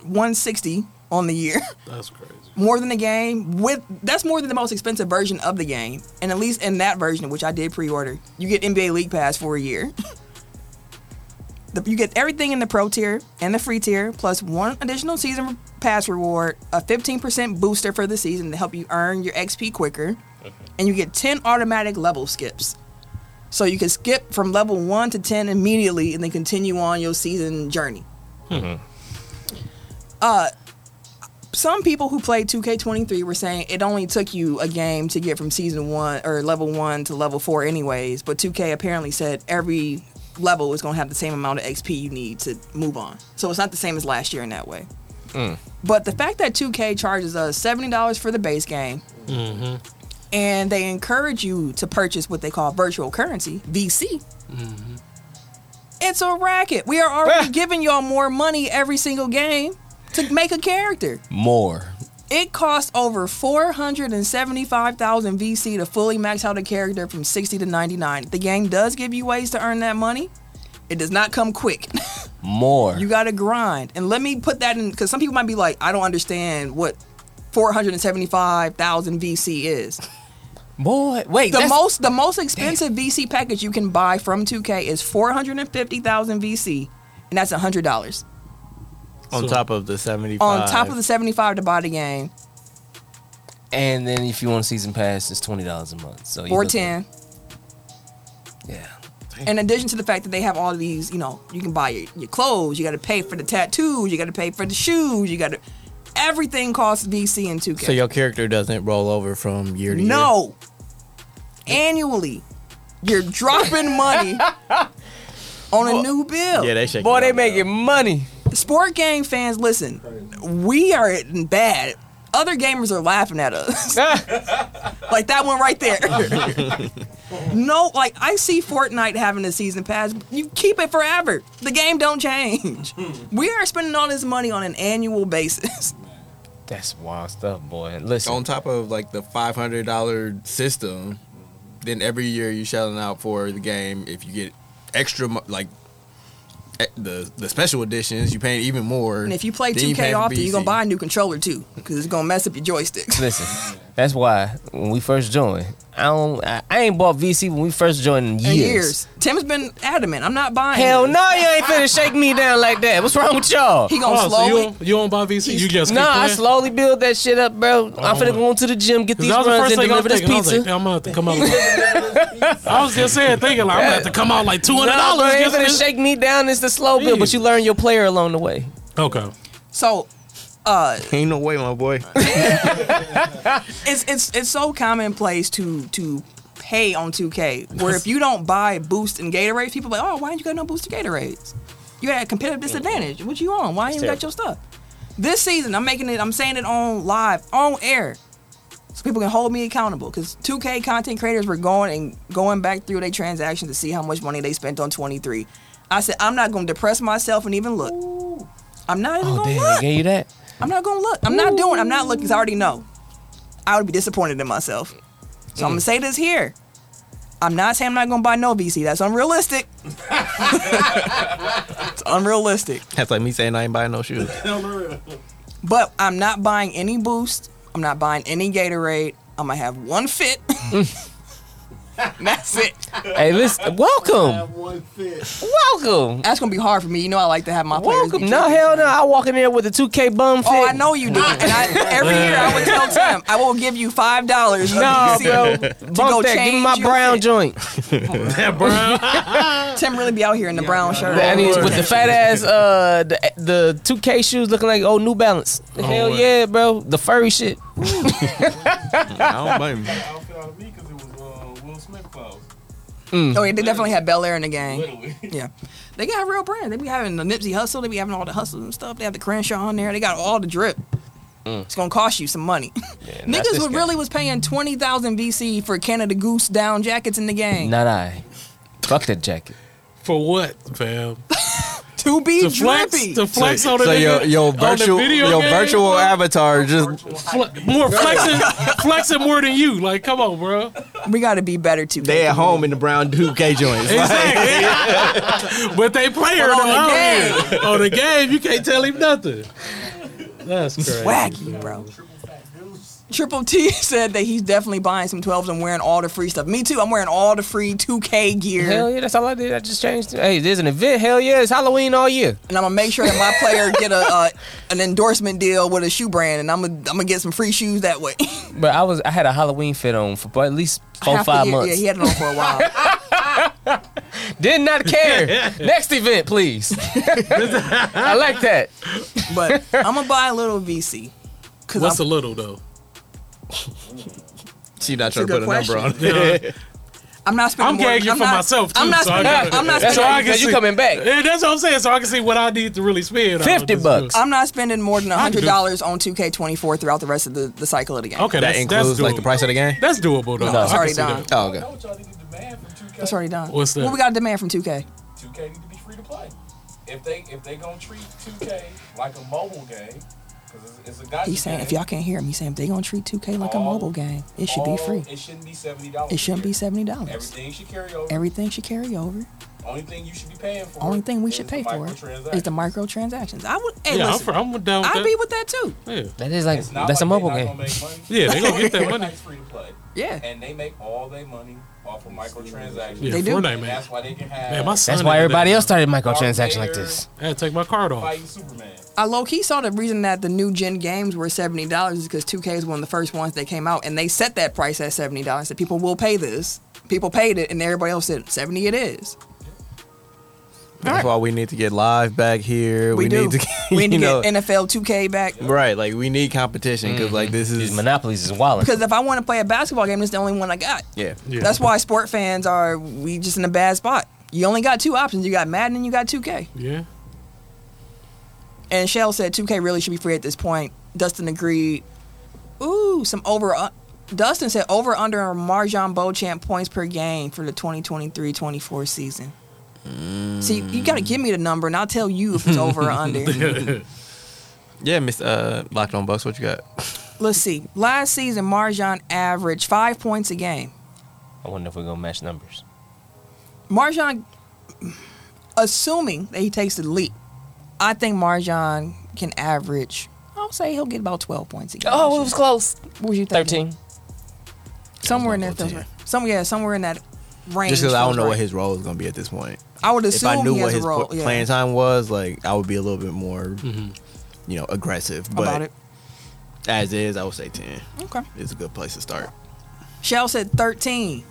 B: one sixty on the year.
D: That's crazy.
B: more than the game with that's more than the most expensive version of the game and at least in that version which i did pre-order you get nba league pass for a year the, you get everything in the pro tier and the free tier plus one additional season pass reward a 15% booster for the season to help you earn your xp quicker and you get 10 automatic level skips so you can skip from level 1 to 10 immediately and then continue on your season journey some people who played 2K23 were saying it only took you a game to get from season one or level one to level four, anyways. But 2K apparently said every level is going to have the same amount of XP you need to move on. So it's not the same as last year in that way. But the fact that 2K charges us $70 for the base game and they encourage you to purchase what they call virtual currency, VC. It's a racket. We are already
A: Bruh.
B: giving y'all more money every single game to make a character.
A: More.
B: It costs over 475,000 VC to fully max out a character from 60 to 99. The game does give you ways to earn that money. It does not come quick.
A: More.
B: you got to grind. And let me put that in cuz some people might be like, "I don't understand what 475,000 VC is."
A: Boy. Wait.
B: The
A: that's-
B: most the most expensive VC package you can buy from 2K is 450,000 VC, and that's $100.
C: on
D: So-
C: top of the 75.
B: On top of the 75 to buy the game
A: And then if you want a season pass, it's twenty dollars a month. So you
B: or
A: look at-
B: 10.
A: Yeah.
B: in addition to the fact that they have all of these, you know, you can buy your, your clothes, you got to pay for the tattoos, you got to pay for the shoes, you got to. Everything costs VC and 2K.
C: so your character doesn't roll over from year to year.
B: no. Annually, you're dropping money on a new bill.
C: Yeah, they shake.
A: Boy,
C: it
A: they
C: up, though.
A: making money.
B: Sport game fans, listen, we are in bad. Other gamers are laughing at us. like that one right there. no, like I see Fortnite having a season pass. You keep it forever. The game don't change. We are spending all this money on an annual basis.
A: That's wild stuff, boy. Listen.
E: on top of like the five hundred dollar system, then every year you shelling out for the game. If you get extra mo- like e- the the special editions, you paying even more.
B: And if you play
E: Then you
B: 2K
E: paying for
B: often, you're
E: BC.
B: gonna buy a new controller too, because it's gonna mess up your joysticks.
A: Listen, that's why when we first joined, I don't, I, I ain't bought VC when we first joined in
B: In
A: years.
B: years. Tim's been adamant. I'm not buying.
A: Hell
B: this."
A: no, you ain't finna shake me down like that. What's wrong with y'all?
B: He gonna
D: Oh, so
B: slowly.
D: you don't, you don't buy VC? You just
A: Nah, I
D: keep playing?
A: slowly build that shit up, bro. I'm finna go into the gym, get
D: Oh, 'Cause
A: these
D: that was
A: runs,
D: the first
A: and
D: thing I
A: deliver
D: was
A: this
D: thinking. I was
A: pizza.
D: like, "Damn, I'm gonna have to come out. With I was just saying, thinking like I'm gonna have to come out like two hundred
A: Nah, bro,
D: dollars.
A: you ain't finna shake me down. It's the slow build, but you learn your player along the way.
D: Okay.
B: so, uh,
C: Ain't no way, my boy.
B: it's it's it's so commonplace to to pay on 2K. Where if you don't buy Boost and Gatorades, people are like, oh, why ain't you got no Boost or Gatorades? You at a competitive disadvantage. What you on? Why ain't you got your stuff? This season, I'm making it. I'm saying it on live, on air, so people can hold me accountable. Because 2K content creators were going and going back through their transactions to see how much money they spent on 23. I said, I'm not going to depress myself and even look. I'm not even
A: Oh,
B: going to
A: damn,
B: look.
A: they gave you that?
B: I'm not gonna look. I'm not doing. I'm not looking. 'cause I already know. I would be disappointed in myself. So
A: Mm.
B: I'm gonna say this here. I'm not saying I'm not gonna buy no VC. That's unrealistic. it's unrealistic.
C: That's like me saying I ain't buying no shoes.
B: But I'm not buying any Boost. I'm not buying any Gatorade. I'm gonna have one fit. That's it.
A: Hey, listen, welcome.
F: one fit.
A: Welcome.
B: That's gonna be hard for me. You know, I like to have my players.
A: Welcome.
B: be
A: No,
B: treated
A: hell no. I walk in there with a 2K bum fit.
B: Oh, I know you do. And I, every year I would tell Tim, I will give you five dollars.
A: No, bro. Bump that. Give me my brown joint.
D: That brown.
B: Tim really be out here in the brown shirt.
A: And he's with the fat ass, uh, the, the 2K shoes looking like old New Balance. Hell
D: Lord.
A: yeah, bro. The furry shit.
E: I don't blame you.
F: Outfit out of me because it was uh, Will Smith clothes.
B: oh, yeah, they definitely had Bel Air in the gang.
F: Literally.
B: Yeah, they got a real brand. They be having the Nipsey Hustle. They be having all the hustle and stuff. They have the Crenshaw on there. They got all the drip. It's gonna cost you some money.
A: Mm. and that's
B: Niggas
A: this
B: was
A: guy.
B: really was paying twenty thousand VC for Canada Goose down jackets in the gang
A: Not I. Fuck that jacket.
D: For what, fam?
B: to be
D: To flex,
B: drippy.
D: to flex on the
E: So
D: nigga
E: your your
D: on the
E: virtual
D: video
E: your
D: game,
E: virtual
D: bro?
E: avatar just
D: Fle- more flexing, flexing more than you. Like, come on, bro.
B: we got to be better too.
C: They at home in the brown 2K joints.
D: Exactly. but they play her
B: But on
D: on,
B: the
D: the game. on the game. You can't tell him nothing. That's crazy.
B: wacky, bro. Triple T said that he's definitely buying some 12s and wearing all the free stuff. Me too. I'm wearing all the free 2K gear.
A: Hell yeah, that's all I did. I just changed. it. Hey, there's an event. Hell yeah, it's Halloween all year.
B: and I'm gonna make sure that my player get a uh, an endorsement deal with a shoe brand, and I'm gonna I'm gonna get some free shoes that way.
A: But I was I had a Halloween fit on for at least four
B: Half a
A: Oh, five
B: year-
A: months.
B: Yeah, he had it on for a while.
A: Did not care. Next event, please. I like that.
B: but I'm gonna buy a little VC. Cause
D: What's a
B: I'm,
D: little though?
E: she not trying
B: That's
E: to
B: a
E: put a
B: good
E: number on.
D: You
E: it.
D: know?
B: I'm not spending.
D: I'm
B: more,
D: gagging
B: I'm
D: for
B: not-
D: myself, too,
B: I'm not
D: so I
B: spending.
D: gotta-
B: I'm not
A: That's
B: spending.
A: all I
B: I'm
A: can
B: not
D: guess-
A: you coming back.
D: Yeah, that's what I'm saying. So I can see what I need to really spend. out of
A: 50
D: this
A: bucks.
D: good.
B: spending more than hundred
D: do-
B: dollars on 2K24 throughout the rest of the, the cycle of the game.
D: Okay,
E: That
D: that's,
E: includes
D: that's
E: like
D: doable.
E: the price of the game.
D: That's doable though.
B: No, it's
D: I can
B: already
D: see
B: done.
D: that.
E: Oh, okay.
F: What y'all need to demand from 2K?
B: That's already done.
D: What's that?
B: What we got a demand from 2K?
F: 2K need to be free to play. If they if they gonna treat 2K like a mobile game, because it's, it's a gotcha
B: He's saying if
F: game,
B: y'all can't hear him, he's saying if they gonna treat 2K like a
F: All-
B: mobile game, it should
F: all-
B: be free.
F: It shouldn't be seventy dollars.
B: It shouldn't be seventy dollars.
F: Everything should carry over.
B: Everything should carry over.
F: Only thing you should be paying for.
B: Only thing we
F: is
B: should pay
F: the
B: for is the
F: microtransactions.
B: microtransactions. I would. Hey,
D: Yeah, I'm,
B: listen,
D: for, I'm down with
B: I'd
D: that.
B: be with that too.
D: yeah,
A: That is like
F: It's not
A: that's a
F: like
A: mobile
F: they
A: game.
F: Not gonna make money.
D: yeah, they gonna get that money.
F: Fortnite's free to play,
B: Yeah.
F: and they make all their money off of microtransactions.
D: Yeah,
B: They do.
D: Fortnite, man.
F: And that's why they can have.
D: Man, my son
A: That's why everybody else started microtransaction
F: microtransaction
A: like this.
D: I had to take my card off.
F: fighting Superman.
B: I low key saw the reason that the new gen games were seventy dollars is because 2K is one of the first ones that came out, and they set that price at seventy dollars. That people will pay this. People paid it, and everybody else said seventy. It is.
E: That's why we need to get live back here.
B: We,
E: We,
B: do.
E: need to, get-
B: we need
E: you
B: to
E: know,
B: get NFL 2K back.
E: right. Like we need competition because like
B: Mm-hmm.
E: this
A: These
E: is
A: monopolies is wild.
B: Because if I want to play a basketball game, it's the only one I got.
E: yeah.
D: Yeah.
B: That's why sport fans are we just in a bad spot. You only got two options. You got Madden and you got 2K.
D: yeah.
B: And Shell said 2K really should be free at this point. Dustin agreed. Ooh, some over. Uh, Dustin said over under on Marjan Beauchamp points per game for the 2023-24 season. See, you gotta give me the number and I'll tell you if it's over or under.
E: Yeah, Miss uh, Locked On Bucks, what you got?
B: Let's see. Last season, Marjan averaged five points a game.
A: I wonder if we're gonna match numbers.
B: Marjan, assuming that he takes the leap, I think Marjan can average. I would say he'll get about 12 points a game.
A: Oh, it was close.
B: what was you thinking?
A: Thirteen.
B: somewhere in there.
E: Sounds like
B: Feels right. Some yeah, somewhere in that range.
E: Just because I
B: feels
E: don't know what
B: right.
E: his role is gonna be at this point.
B: I would
E: if
B: assume
E: I knew
B: he has
E: what
B: a
E: his
B: role.
E: pl-
B: yeah, Mm-hmm.
E: playing time was, like I would be a little bit more, you know, aggressive. But
B: about it.
E: as is, I would say ten
B: Okay.
E: is a good place to start.
B: Shell said thirteen.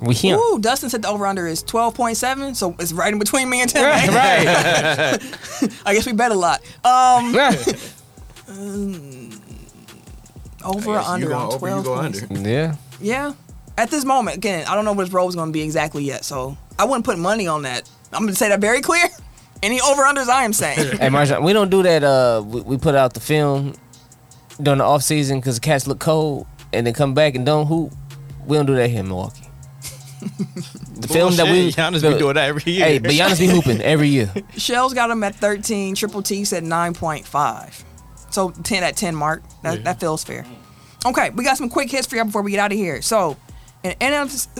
A: We here.
B: Ooh, Dustin said the over under is twelve point seven, so it's right in between me and Tim.
A: right.
B: I guess we bet a lot. Um, over
E: guess you
B: or under
E: going
B: on
E: over, you
B: twelve
E: go
B: points.
E: under.
A: yeah.
B: Yeah. at this moment, again, I don't know what his role is going to be exactly yet, so I wouldn't put money on that. I'm going to say that very clear. Any over unders I am saying.
A: Hey, Marjan, we don't do that. Uh, we, we put out the film during the off season because the cats look cold and then come back and don't hoop. We don't do that here in Milwaukee. The film that we
C: Giannis
A: the-
C: be doing that every year.
A: Hey, but Giannis be hooping every year.
B: Shell's got him at 13. Triple T's at 9.5. So 10 at 10 mark. That,
D: Yeah.
B: that feels fair. Okay, we got some quick hits for y'all before we get out of here. So, in NF-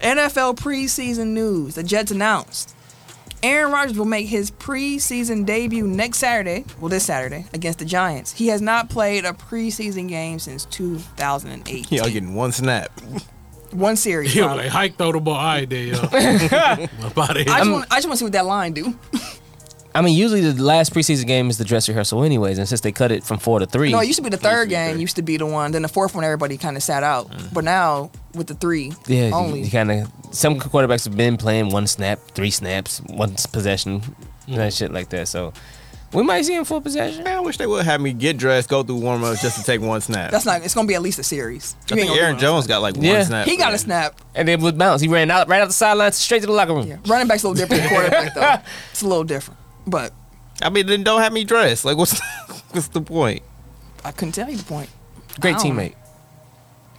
B: NFL preseason news, the Jets announced Aaron Rodgers will make his preseason debut next Saturday, well, this Saturday, against the Giants. He has not played a preseason game since 2008.
C: Y'all getting one snap.
B: One series.
D: He'll be
B: probably.
D: like, hike throw the ball. All right, there, y'all. I'm outta here.
B: I just want to see what that line do.
A: I mean, usually the last preseason game is the dress rehearsal, anyways, and since they cut it from four to three,
B: No, it used to be the third game. Used to be the one. Then the fourth one, everybody kind of sat out.
C: Mm.
B: But now with the three,
A: yeah, you-
B: only
A: you, kind of some quarterbacks have been playing one snap, three snaps, one s- possession, that shit like that. So we might see him full possession.
C: Man, I wish they would have me get dressed, go through warm ups just to take one snap.
B: that's not. It's gonna be at least a
C: I
B: series. You ain't
C: think
B: gonna
C: Aaron
B: do
C: Jones got like one
A: Yeah.
B: it.
C: snap.
B: He got
C: for
B: a
C: that.
B: snap.
A: And then with bounce, he ran out right out the sideline straight to the
C: Oh.
A: locker room.
B: Yeah, running back's a little different. than quarterback though, it's a little different. But
C: I mean, then don't have me dressed. Like, what's what's the point?
B: I couldn't tell you the point.
A: Great
B: I don't-
A: teammate,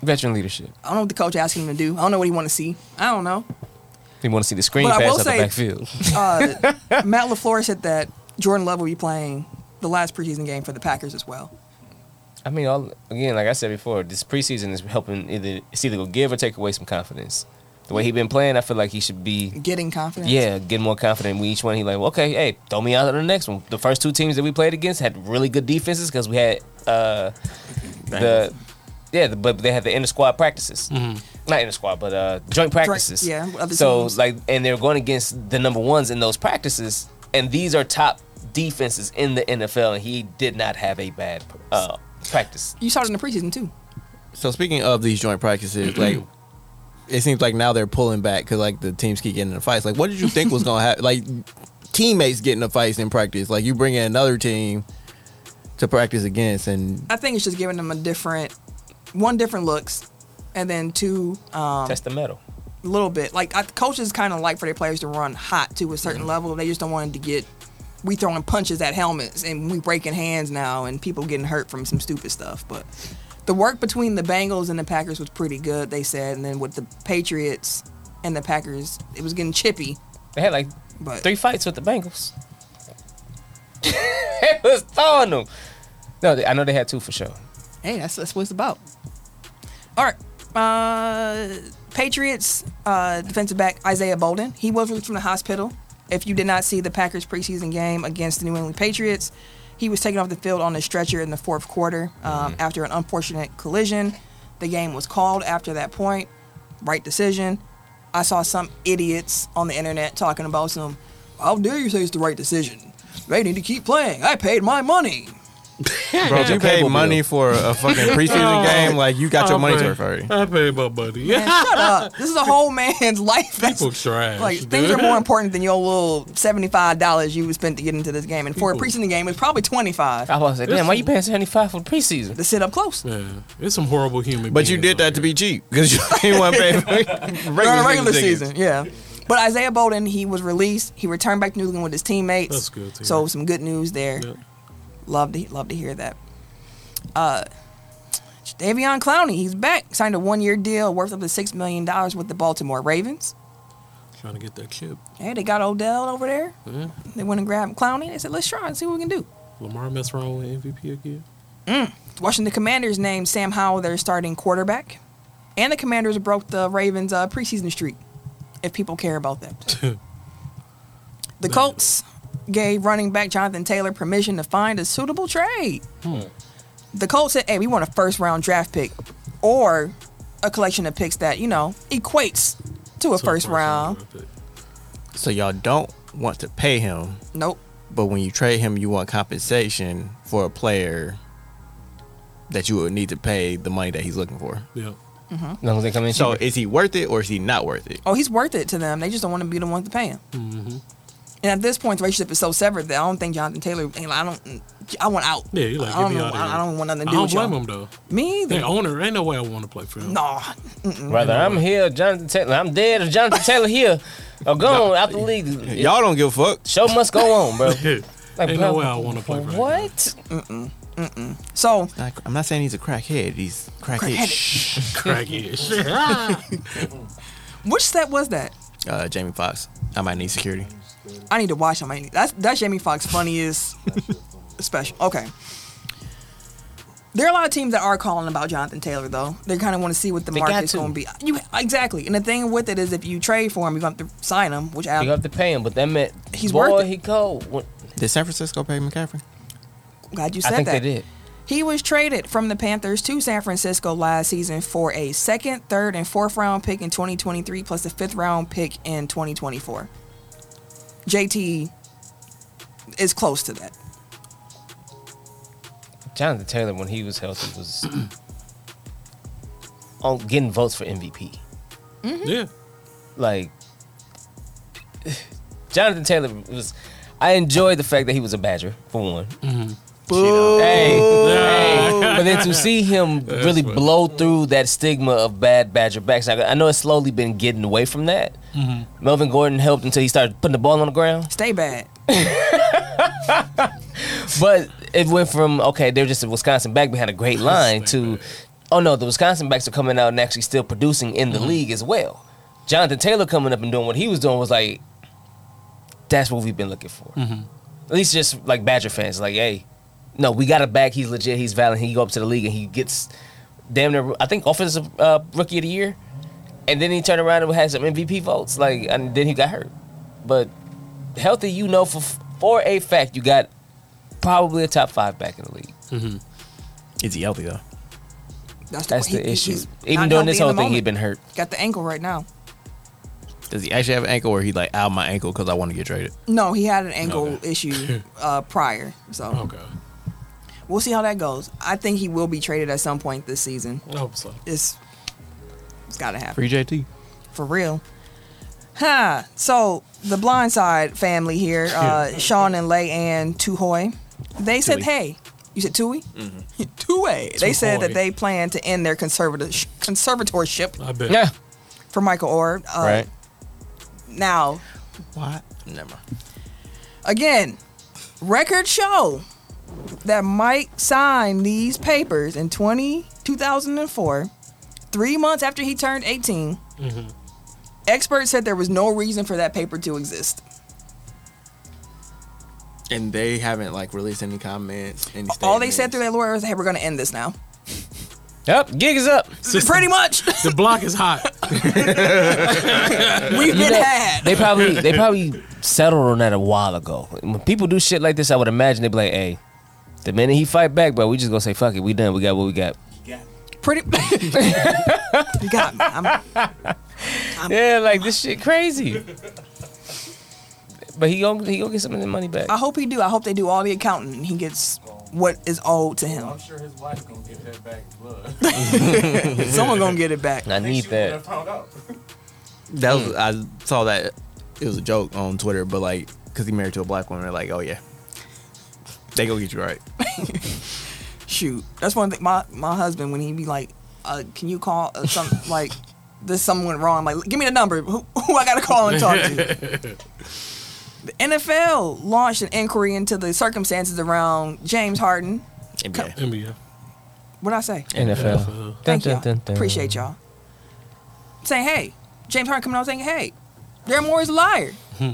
A: veteran leadership.
B: I don't know what the coach asked him to do. I don't know what he want to see. I don't know.
A: They want to see the screen
B: But I
A: pass
B: will
A: out
B: say-
A: the backfield.
B: Uh, Matt Lafleur said that Jordan Love will be playing the last preseason game for the Packers as well.
A: I mean, all again, like I said before, this preseason is helping either it's either gonna give or take away some confidence. The way he been playing, I feel like he should be
B: Getting confidence.
A: yeah, getting more confident. We each one, he like, well, okay, hey, throw me out of the next one. The first two teams that we played against had really good defenses because we had uh the yeah, the, but they had the inter squad practices, not inter squad, but uh joint practices.
B: yeah, with other
A: so
B: teams.
A: like, and they're going against the number ones in those practices, and these are top defenses in the NFL, and he did not have a bad uh practice.
B: You saw it in the preseason too.
C: So speaking of these joint practices, like it seems like now they're pulling back because like the teams keep getting in fights. Like, what did you think was gonna happen? Like teammates getting in fights in practice. Like you bring in another team to practice against, and
B: I think it's just giving them a different, one different looks, and then two um,
A: Test the metal.
B: a little bit. Like I, coaches kind of like for their players to run hot to a certain level. They just don't want it to get we throwing punches at helmets and we breaking hands now and people getting hurt from some stupid stuff. But the work between the Bengals and the Packers was pretty good. They said, and then with the Patriots and the Packers, it was getting chippy.
A: They had like
B: But
A: three fights with the Bengals. it was throwing them. No, they- I know they had two for sure.
B: hey, that's that's what it's about. All right. Uh, Patriots uh, defensive back Isaiah Bolden. He was released from the hospital. If you did not see the Packers preseason game against the New England Patriots, he was taken off the field on a stretcher in the fourth quarter um, after an unfortunate collision. The game was called after that point. Right decision. I saw some idiots on the internet talking about some, how dare you say it's the right decision? They need to keep playing. I paid my money.
C: bro, you pay money for a fucking preseason game. Like you got your
D: Oh,
C: money's worth already.
D: I paid my money.
B: Man,
D: Yeah.
B: shut up. This is a whole man's life. That's,
D: People trash.
B: like
D: dude.
B: things are more important than your little seventy-five dollars you spent to get into this game. And for a
D: People-
B: preseason game, it's probably twenty-five
A: I was like, damn, why
D: This-
A: you paying seventy five for the preseason?
B: to sit up close.
D: Yeah, it's some horrible human.
C: But you
D: beings
C: did that
D: out
C: to be cheap because you didn't want to pay for
B: During the regular
C: tickets.
B: season, yeah. But Isaiah Bolden, he was released. He returned back to New England with his teammates.
D: That's good to
B: So
D: hear.
B: some good news there.
D: Yep.
B: Love to love to hear that. Uh, Davion Clowney, he's back. Signed a one-year deal worth up to six million dollars with the Baltimore Ravens.
D: there. Trying to get that chip.
B: Hey, they got Odell over there.
D: Yeah.
B: They went and grabbed Clowney. They said, "Let's try and see what we can do."
D: Lamar mess around with MVP again.
B: Washington Commanders named Sam Howell their starting quarterback, and the Commanders broke the Ravens' uh, preseason streak. If people care about that, the Colts gave running back Jonathan Taylor permission to find a suitable trade. The Colts said, "Hey, we want a first-round draft pick, or a collection of picks that you know equates to a
D: So
B: first
D: far, so
B: round."
D: good.
C: So y'all don't want to pay him,
B: Nope.
C: but when you trade him, you want compensation for a player that you would need to pay the money that he's looking for.
D: Yeah.
A: As long as they come in
C: So
A: cheaper.
C: is he worth it or is he not worth it?
D: Mm-hmm.
B: Oh, he's worth it to them. They just don't want to be the ones to pay him. And at this point, the relationship is so severed that I don't think Jonathan Taylor. I don't. I want out.
D: Yeah, you like,
B: I don't
D: get me
B: know.
D: out of
B: I,
D: here.
B: I don't want nothing to
D: I
B: do
D: don't
B: with
D: blame
B: y'all.
D: him though.
B: Me either.
D: Their owner, ain't no way I want to play for him.
B: No,
A: Rather, I'm here, Jonathan Taylor. I'm dead, or Jonathan Taylor here, or gone out the league.
C: Y'all don't give a fuck.
A: show must go on, bro.
D: ain't
A: Like,
D: no
A: bro,
D: way I want to play for him.
A: What?
B: So
C: Not- I'm not saying he's a crackhead. He's crackhead.
B: Crackhead.
C: Shh.
A: Ah.
D: Cracky.
B: which set was that?
C: Uh, Jamie Foxx. I might need security.
B: I need to watch him. I need, that's that's Jamie Foxx funniest special. Okay. There are a lot of teams that are calling about Jonathan Taylor, though. They kind of want to see what the
A: They got
B: market's
A: to.
B: going to be. You, exactly. And the thing with it is, if you trade for him, you have to sign him, which
A: You
B: I,
A: have to pay him, but that meant
B: He's
A: boy,
B: worth it.
A: he cold. When-
C: Did San Francisco pay McCaffrey?
B: I'm glad you
A: I
B: said
A: think
B: that.
A: they did.
B: He was traded from the Panthers to San Francisco last season for a second, third, and fourth round pick in 2023, plus a fifth round pick in 2024. JT is close to that.
A: Jonathan Taylor, when he was healthy, was on getting votes for MVP.
D: yeah.
A: Like Jonathan Taylor was. I enjoyed the fact that he was a Badger for one. Hey, hey, but then to see him really
D: what-
A: blow through that stigma of bad Badger backs, I, I know it's slowly been getting away from that. Melvin Gordon helped until he started putting the ball on the ground.
B: Stay bad.
A: But it went from okay, they're just a Wisconsin back behind a great line
D: Stay
A: to oh no, the Wisconsin backs are coming out and actually still producing in the league as well. Jonathan Taylor coming up and doing what he was doing was like that's what we've been looking for. At least just like Badger fans, like hey, no, we got a back. He's legit. He's valid. He go up to the league and he gets damn near I think offensive uh, rookie of the year, and then he turned around and had some MVP votes. Like and then he got hurt, but healthy, you know for for a fact you got probably a top five back in the league.
C: Is he healthy though?
B: That's the,
A: That's
B: he-
A: the
B: he-
A: issue.
B: he's
A: Even
B: not
A: during this
B: healthy
A: whole thing,
B: in the
A: he'd
B: moment.
A: been hurt.
B: got the ankle right now.
C: Does he actually have an ankle, or he like out my ankle because I want to get traded?
B: No, he had an ankle
C: Okay.
B: issue uh, prior, so
D: Okay.
B: we'll see how that goes. I think he will be traded at some point this season.
D: I hope so.
B: It's it's got to happen.
C: Free JT.
B: For real. Huh. So the Blindside family here, uh, Sean and Lay and Tuhoy, they said,
C: Tui.
B: "Hey, you said Tui, Tuhoy." They said that
D: Tuhoy.
B: they plan to end their conservatorship conservatorship
D: I bet.
A: Yeah.
B: for Michael Orr. Uh,
A: right.
B: now,
C: What? Never.
B: again, record show that Mike signed these papers in 20, 2004, three months after he turned 18. Experts said there was no reason for that paper to exist.
E: And they haven't like released any comments. Any
B: All they said
E: statements.
B: through their lawyer was, hey, we're going to end this now.
A: Yep. Gig is up.
B: Pretty much.
D: The block is hot.
B: We've been
A: know,
B: had.
A: They probably they probably settled on that a while ago. When people do shit like this, I would imagine they'd be like, "Hey, the minute he fight back, bro, we just gonna say fuck it. We done. We got what we got."
B: Pretty. you got me. I'm,
A: Yeah, like this shit crazy. But he gonna he gonna get some of the money back.
B: I hope he do. I hope they do all the accounting and he gets what is owed to him.
F: I'm sure his wife gonna get that back blood.
B: Someone going to get it back.
A: I need
F: She wouldn't have
A: that.
F: found out.
C: That was I saw that it was a joke on Twitter, but like because he married to a black woman, they're like, oh yeah, they go get you right.
B: shoot that's one thing my my husband when he be like uh can you call uh, some like this something went wrong like give me the number who, who i gotta call and talk to the nfl launched an inquiry into the circumstances around james harden
C: NBA.
D: NBA.
B: what'd i say
A: NFL.
B: thank y'all appreciate y'all saying hey james harden coming out saying hey Darren Moore is a liar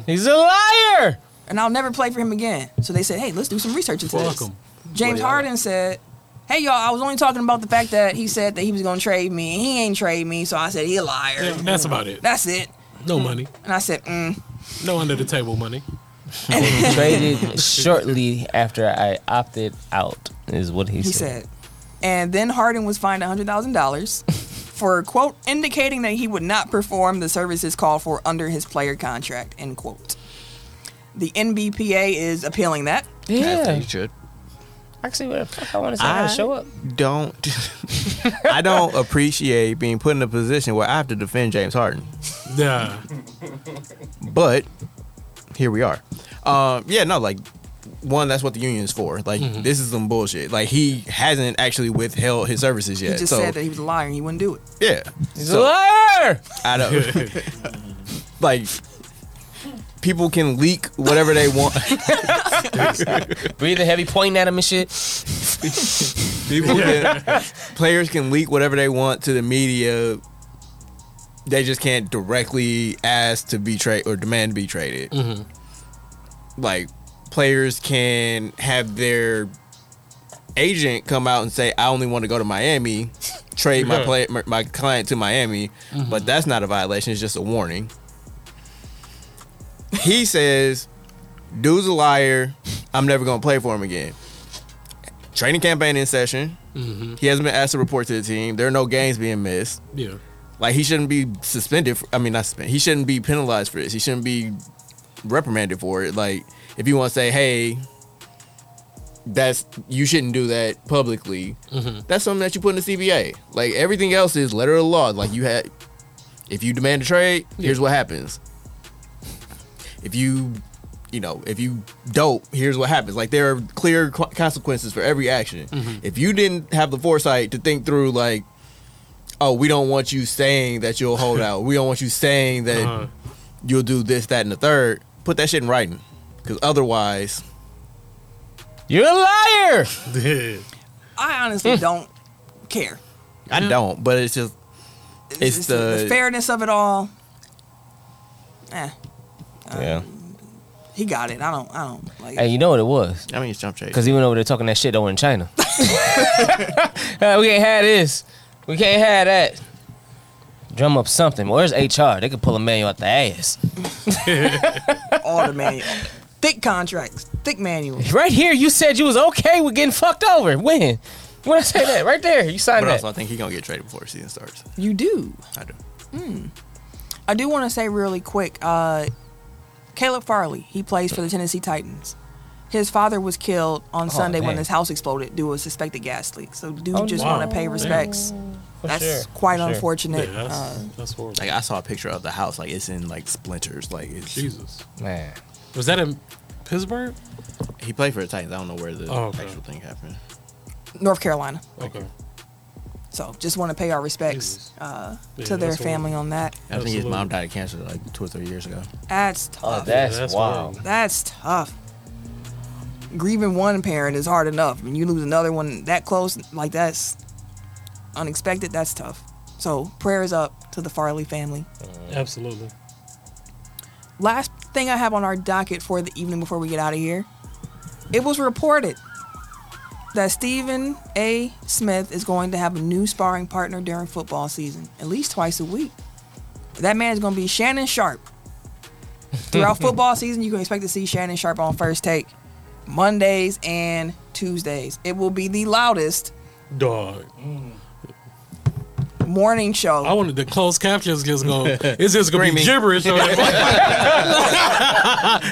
A: He's a liar.
B: and i'll never play for him again so they said hey let's do some research into
D: Fuck
B: this
D: him.
B: James
E: Well, yeah.
B: Harden said, "Hey y'all, I was only talking about the fact that he said that he was gonna trade me, and he ain't trade me, so I said he a liar.
D: Yeah, that's about it.
B: That's it."
D: No money.
B: And I said, mm.
D: No under the table money.
A: Traded shortly after I opted out is what he,
B: he said, and then Harden was fined hundred thousand dollars for quote indicating that he would not perform the services called for under his player contract. End quote. The NBPA is appealing that.
A: Yeah.
C: you should.
A: Actually, what the fuck I want to say? I,
C: I-
A: to show up.
C: Don't. I don't appreciate being put in a position where I have to defend James Harden,
D: Yeah.
C: but here we are. Um, yeah, no, like one, that's what the union's for. Like this is some bullshit. Like he hasn't actually withheld his services
B: He
C: yet.
B: just
C: so
B: said that he was a liar and he wouldn't do it.
C: yeah,
A: He's
C: So-
A: a liar.
C: I don't like. People can leak whatever they want.
A: Breathing heavy, pointing at him and shit.
C: People can, players can leak whatever they want to the media. They just can't directly ask to be traded or demand to be traded. Like players can have their agent come out and say, "I only want to go to Miami, trade my
D: Yeah.
C: play my, my client to Miami," but that's not a violation; it's just a warning. He says, "Dude's a liar. I'm never gonna play for him again." Training campaign in session. He hasn't been asked to report to the team. There are no games being missed.
D: Mm-hmm. Yeah.
C: Like he shouldn't be suspended. For, I mean, not suspended. He shouldn't be penalized for this. He shouldn't be reprimanded for it. Like if you want to say, hey, that's you shouldn't do that publicly. That's something that you put in the CBA. Like everything else is letter of the law. Like you had, if you demand a trade, here's what happens. If you, you know, if you dope, here's what happens. Like there are clear co- consequences for every action. If you didn't have the foresight to think through, like oh, we don't want you saying that you'll hold out. We don't want you saying that
D: Uh-huh.
C: you'll do this, that, and the third. Put that shit in writing, because otherwise,
A: You're a liar.
D: Yeah.
B: I honestly don't care.
C: I don't. But it's just It's the-
B: the, fairness of it all. Eh,
A: yeah.
B: he got it. I don't. I don't like.
A: Hey, you know what it was?
C: I mean it's jump trade.
A: Because he went over there talking that shit over in China. Uh, we can't have this. We can't have that. Drum up something. Where's HR? They could pull a manual out the ass.
B: all the manual, thick contracts, thick manuals.
A: Right here, you said you was okay with getting fucked over. When? When I say that, right there, you signed
C: But
A: that.
C: also, I think he's gonna get traded before the season starts.
B: You do.
C: I do.
B: I do want to say really quick. Uh, Caleb Farley, he plays for the Tennessee Titans. His father was killed
D: Oh,
B: on Sunday when
A: man.
B: his house exploded due to a suspected gas leak. So, dude,
A: Oh,
B: just
D: wow.
B: want to pay
D: Damn.
B: respects.
A: For
B: That's
A: sure,
B: quite
A: for sure.
D: Yeah,
B: unfortunate.
D: that's,
B: Uh,
D: that's horrible.
C: Like I saw a picture of the house. Like it's in like splinters. Like it's,
D: Jesus.
A: Man,
D: Was that in Pittsburgh?
C: he played for the Titans. I don't know where the
D: Oh, okay.
C: actual thing happened.
B: North Carolina.
D: Okay.
B: So, just want to pay our respects
D: Jesus.
B: uh,
D: Yeah,
B: to their
D: that's
B: family on that.
C: I think his
D: Absolutely.
C: mom died of cancer like two or three years ago.
B: That's
A: oh,
B: tough.
A: that's,
D: that's
A: wild.
D: wild.
B: That's tough. Grieving one parent is hard enough, and you lose another one that close, like that's unexpected. That's tough. So prayers up to the Farley family.
D: Absolutely.
B: Last thing I have on our docket for the evening before we get out of here, it was reported that Stephen A. Smith is going to have a new sparring partner during football season, at least twice a week. That man is going to be Shannon Sharp. Throughout football season, you can expect to see Shannon Sharp on first take Mondays and Tuesdays. It will be the loudest
D: Dog.
B: morning show.
D: I wanted the closed captions just go. It's just gonna be
C: Screaming.
D: gibberish. on it.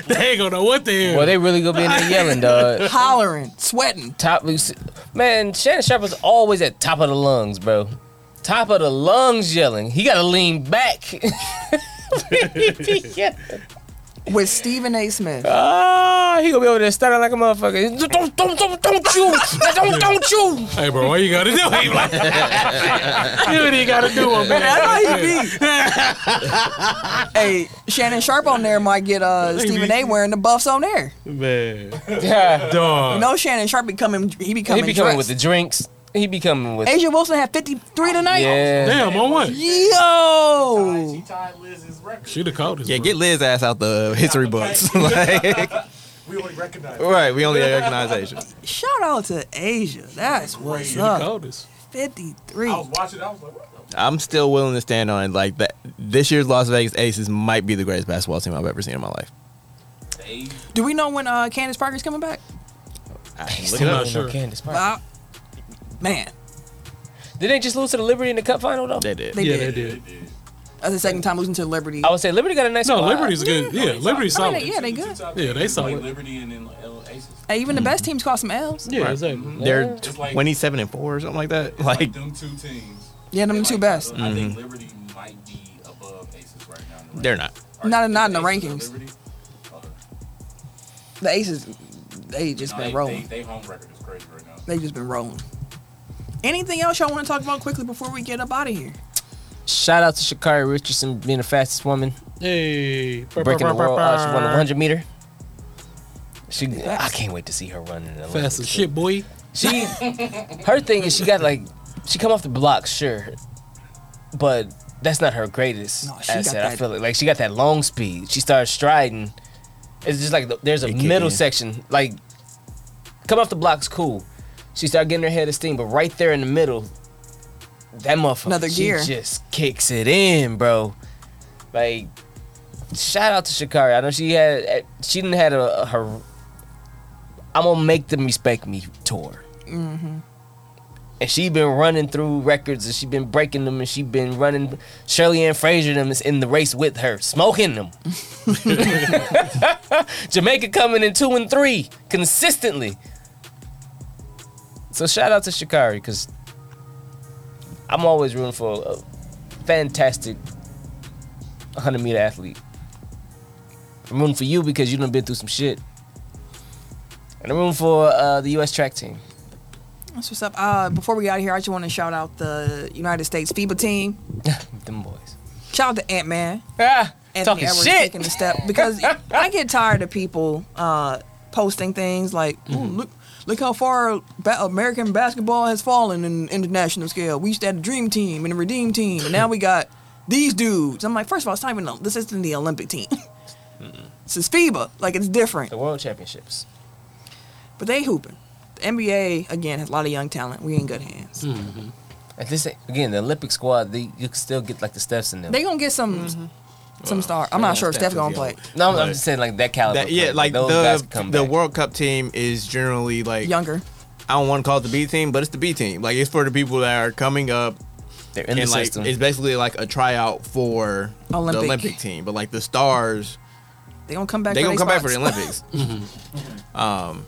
D: they ain't gonna know what the hell.
A: Well, they really gonna be in there yelling, dog.
B: Hollering, sweating.
A: Top, you see- man, Shannon Sharp is always at top of the lungs, bro. Top of the lungs yelling. He gotta lean back. yeah.
B: with Stephen A. Smith.
A: Ah, he gonna be over there stuttering like a motherfucker. Don't, don't, don't, don't you, don't, don't you.
D: hey, bro, what you gotta do? Hey, like, you what you gotta do, my man.
B: That's how he be. hey, Shannon Sharp on there might get uh Stephen A. wearing the buffs on there.
D: Man,
A: Yeah.
D: dog.
B: You know Shannon Sharp becoming he
A: Oh. He
B: becoming
A: be coming with
B: dressed.
A: the drinks. He be coming with.
B: Asia Wilson had 53 tonight.
A: Yeah.
D: Damn, on what?
B: Yo,
F: She tied Liz's record.
D: She the coldest.
C: Yeah,
D: bro.
C: get Liz ass out the history books. like,
F: we only recognize her.
C: right? We only recognize Asia.
B: shout out to Asia. That's what's
D: She the
B: up.
D: coldest.
B: 53.
A: Oh,
F: I was watching. I was like, what the
C: I'm still willing to stand on it. Like that, this year's Las Vegas Aces might be the greatest basketball team I've ever seen in my life.
F: They
B: Do we know when uh Candace Parker's coming back?
A: He's
C: Look
A: still
C: it
D: up.
A: not sure.
D: Sure.
A: Candace Parker.
B: Uh, man,
A: Did they just lose to the Liberty in the Cup final though?
C: They did.
B: They
D: yeah,
B: did.
D: they did.
B: that's the second time losing to Liberty.
A: I would say Liberty got a nice.
D: No,
A: squad.
D: Liberty's good. Yeah, Liberty's
B: I mean,
D: solid.
B: yeah, they good.
D: Yeah, they solid.
F: Liberty and then L- Aces.
B: Hey, even the best teams caught some L's.
D: Yeah, exactly.
C: They're
F: It's like-
C: 27 and four or something like that.
F: Like,
C: Like
F: them two teams.
B: Yeah, them
F: They
B: two
F: like
B: best.
F: each other. I think Liberty might be above Aces right now. in the
C: they're not.
F: rankings.
B: Not- not in the
F: Aces or
B: rankings.
F: Liberty? Okay.
B: The Aces, they just
F: No,
B: been
F: they,
B: rolling.
F: They, they home record is crazy right now.
B: They just been rolling. Anything else y'all want to talk about quickly before we get up out of here?
A: Shout out to Shakari Richardson being the fastest woman
D: Hey,
A: breaking the world. Uh, she won the 100 meter. She, I can't wait to see her run in the
D: Fast as
A: Olympics.
D: shit, boy.
A: She, her thing is she got like, she come off the block, sure, but that's not her greatest
B: No, she got
A: asset. I
B: that-
A: feel it. Like she got that long speed. She starts striding. It's just like the, there's a
C: It kick
A: middle
C: in.
A: section. Like, come off the block's cool. She started getting her head of steam, but right there in the middle, that motherfucker,
B: Another
A: she
B: gear.
A: just kicks it in, bro. Like, shout out to Shakari. I know she had, she didn't had a, a her. I'm gonna make them respect me tour
B: Mm-hmm.
A: and she been running through records and she been breaking them and she been running Shirley Ann Fraser them is in the race with her, smoking them. Jamaica coming in two and three consistently. So shout out to Shikari because I'm always rooting for a fantastic 100 meter athlete. I'm rooting for you because you done been through some shit. And I'm rooting for uh, the U.S. track team.
B: That's what's up. Uh, before we get out of here, I just want to shout out the United States FIBA team.
A: them boys.
B: Shout out to Ant Man.
A: Ah,
B: Anthony
A: talking
B: Edwards
A: shit.
B: taking the step because I get tired of people uh, posting things like, "Ooh,
A: Mm-hmm.
B: "Look, look how far ba- American basketball has fallen in international scale. We used to have the dream team and the redeem team, and now we got these dudes." I'm like, first of all, it's not even this isn't the Olympic team. This is FIBA. Like it's different,
A: The World Championships.
B: but they hooping. The NBA again has a lot of young talent. We in good hands.
A: At this again, the Olympic squad, they, you can still get like the steps in them.
B: They gonna get some some star. I'm not sure if
C: Steph
B: Steph
C: is
B: gonna
C: young.
B: play.
A: no, I'm, I'm just saying like that caliber.
C: That,
A: player,
C: yeah, like
A: those guys can
C: the
A: come
C: the
A: back.
C: World Cup team is generally like
B: Younger.
C: I don't want to call it the B team, but it's the B team. Like it's for the people that are coming up
A: They're in the
C: and like
A: system.
C: it's basically like a tryout for
B: Olympic.
C: the Olympic team. But like the stars,
B: They gonna come back.
C: they gonna
B: for they
C: come back for
B: spots.
C: the Olympics. um,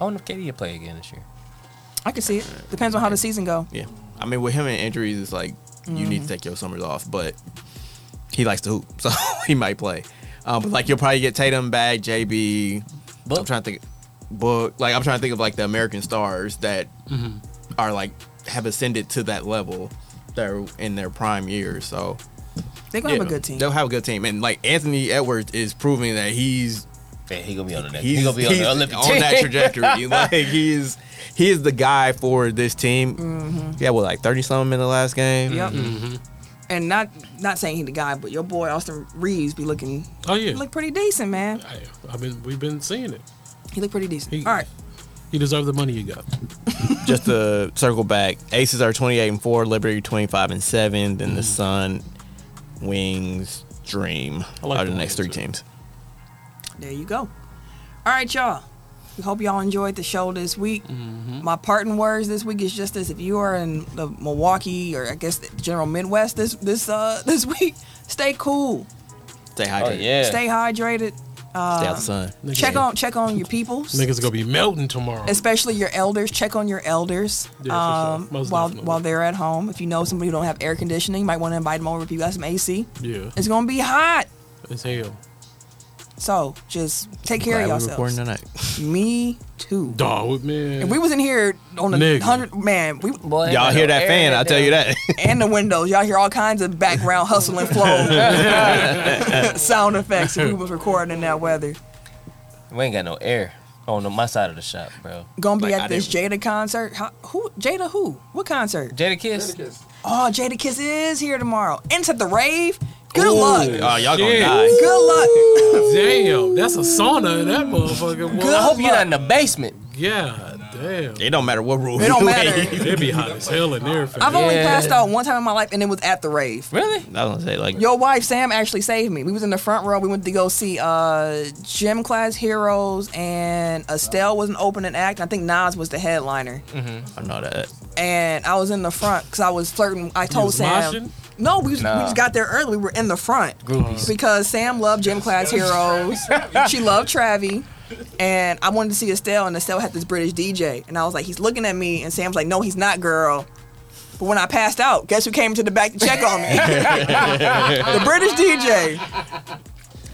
A: I wonder if Katie will play again this year.
B: I can see it. Depends on how the season go.
C: yeah, I mean with him and injuries, it's like you
B: Mm-hmm.
C: need to take your summers off, but he likes to hoop, so he might play. Um, but like you'll probably get Tatum back, JB.
A: Book.
C: I'm trying to think, book. Like I'm trying to think of like the American stars that
B: Mm-hmm.
C: are like have ascended to that level. They're in their prime years, so
B: They gonna have a
C: Yeah,
B: good team.
C: They'll have a good team, and like Anthony Edwards is proving that he's
A: Yeah, he gonna be on the next.
C: he's
A: He gonna be on
C: he's
A: the Olympic
C: on that
A: team.
C: trajectory. like he is he is the guy for this team. Yeah, well, like thirty something in the last game.
B: Mm-hmm. Yep. And not not saying he the guy, but your boy Austin Reeves be looking
D: Oh yeah,
B: he look pretty decent, man.
D: I, I've been we've been seeing it.
B: He look pretty decent.
D: He-
B: All right.
D: You deserve the money you got.
C: Just to circle back, Aces are twenty eight and four, Liberty twenty five and seven,
B: Mm-hmm.
C: then the Sun, Wings, Dream
D: I like
C: are
D: the
C: the next three
D: Wings, too.
C: teams.
B: There you go. All right, y'all. We hope y'all enjoyed the show this week.
D: Mm-hmm.
B: My parting words this week is just this: if you are in the Milwaukee or I guess the general Midwest this this uh this week, stay cool,
C: Stay
A: Oh
C: hydrated.
A: yeah.
B: stay hydrated. Uh,
C: Stay out the sun.
D: Niggas-
B: Check on check on your peoples.
D: Niggas gonna be melting tomorrow.
B: especially your elders. Check on your elders
D: Yeah, for sure.
B: um,
D: Most
B: while
D: definitely.
B: while they're at home. If you know somebody who don't have air conditioning, you might want to invite them over if you got some AC.
D: yeah,
B: It's gonna be hot,
D: it's hell.
B: so just take care of
C: Glad we recording
B: yourselves.
C: tonight.
B: Me too.
D: Dog, man.
B: If we was in here on the
D: Nigga.
B: hundred man, we
A: Boy,
C: Y'all
A: ain't
C: hear
A: no
C: that
A: air
C: fan?
A: in
C: I'll tell
A: there.
C: you that.
B: and the windows, y'all hear all kinds of background hustle and flow sound effects if we was recording in that weather.
A: We ain't got no air on the- my side of the shop, bro.
B: Gonna be
C: Like,
B: at
C: I
B: this Jada concert. How, who Jada? Who? What concert?
A: Jada Kiss.
B: Oh, Jada Kiss is here tomorrow. Into the rave. Good luck.
C: Oh, y'all gonna
D: Shit.
C: die.
B: Good luck.
D: damn, that's a sauna in that motherfucker. boy.
A: I hope you're not in the basement.
D: Yeah, damn.
C: It don't matter what rule.
B: It don't
C: you
B: matter.
C: ain't-
D: It'd be hot as hell in there. fam.
B: I've only
A: Yeah.
B: passed out one time in my life, and it was at the rave.
A: Really?
C: I was gonna say like
B: Your wife Sam actually saved me. We was in the front row. We went to go see uh, Gym Class Heroes, and Estelle was an opening act. I think Nas was the headliner,
C: I know that.
B: and I was in the front because I was flirting. I told
D: was
B: Sam.
D: moshing?
B: No, we, was, we
A: Nah.
B: just got there early. We were in the front because Sam loved Gym Class Heroes. she loved Travi. And I wanted to see Estelle, and Estelle had this British DJ. And I was like, he's looking at me, and Sam's like, no, he's not, girl. But when I passed out, guess who came to the back to check on me? the British DJ.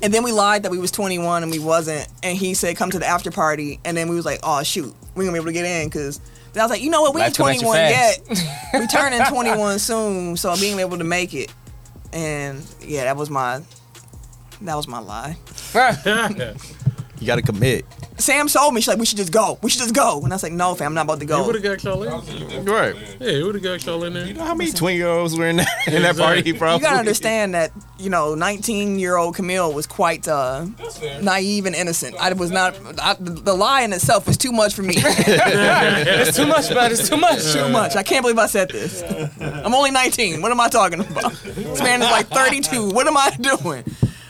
B: And then we lied that we was 21 and we wasn't. And he said, come to the after party. And then we was like, oh, shoot, we going to be able to get in because I was like, you know what? We ain't
A: Life coming at you
B: 21 yet. we turning 21 soon. So being able to make it. And yeah, that was my, that was my lie.
C: You got to commit.
B: Sam told me, she's like, we should just go. We should just go. And I was like, no, fam, I'm not about to
D: You
B: go.
D: would have got y'all in.
C: Right.
D: Yeah, you would have got y'all in there.
C: You know how many 20 year olds were in that, in that party,
D: Exactly.
C: bro?
B: You gotta understand that, you know, 19 year old Camille was quite uh,
F: That's fair.
B: naive and innocent. I was not, I, the lie in itself was too much for me.
A: It's too much, bro. It's too much.
B: too much. I can't believe I said this. I'm only 19. What am I talking about? This man is like 32. What am I doing?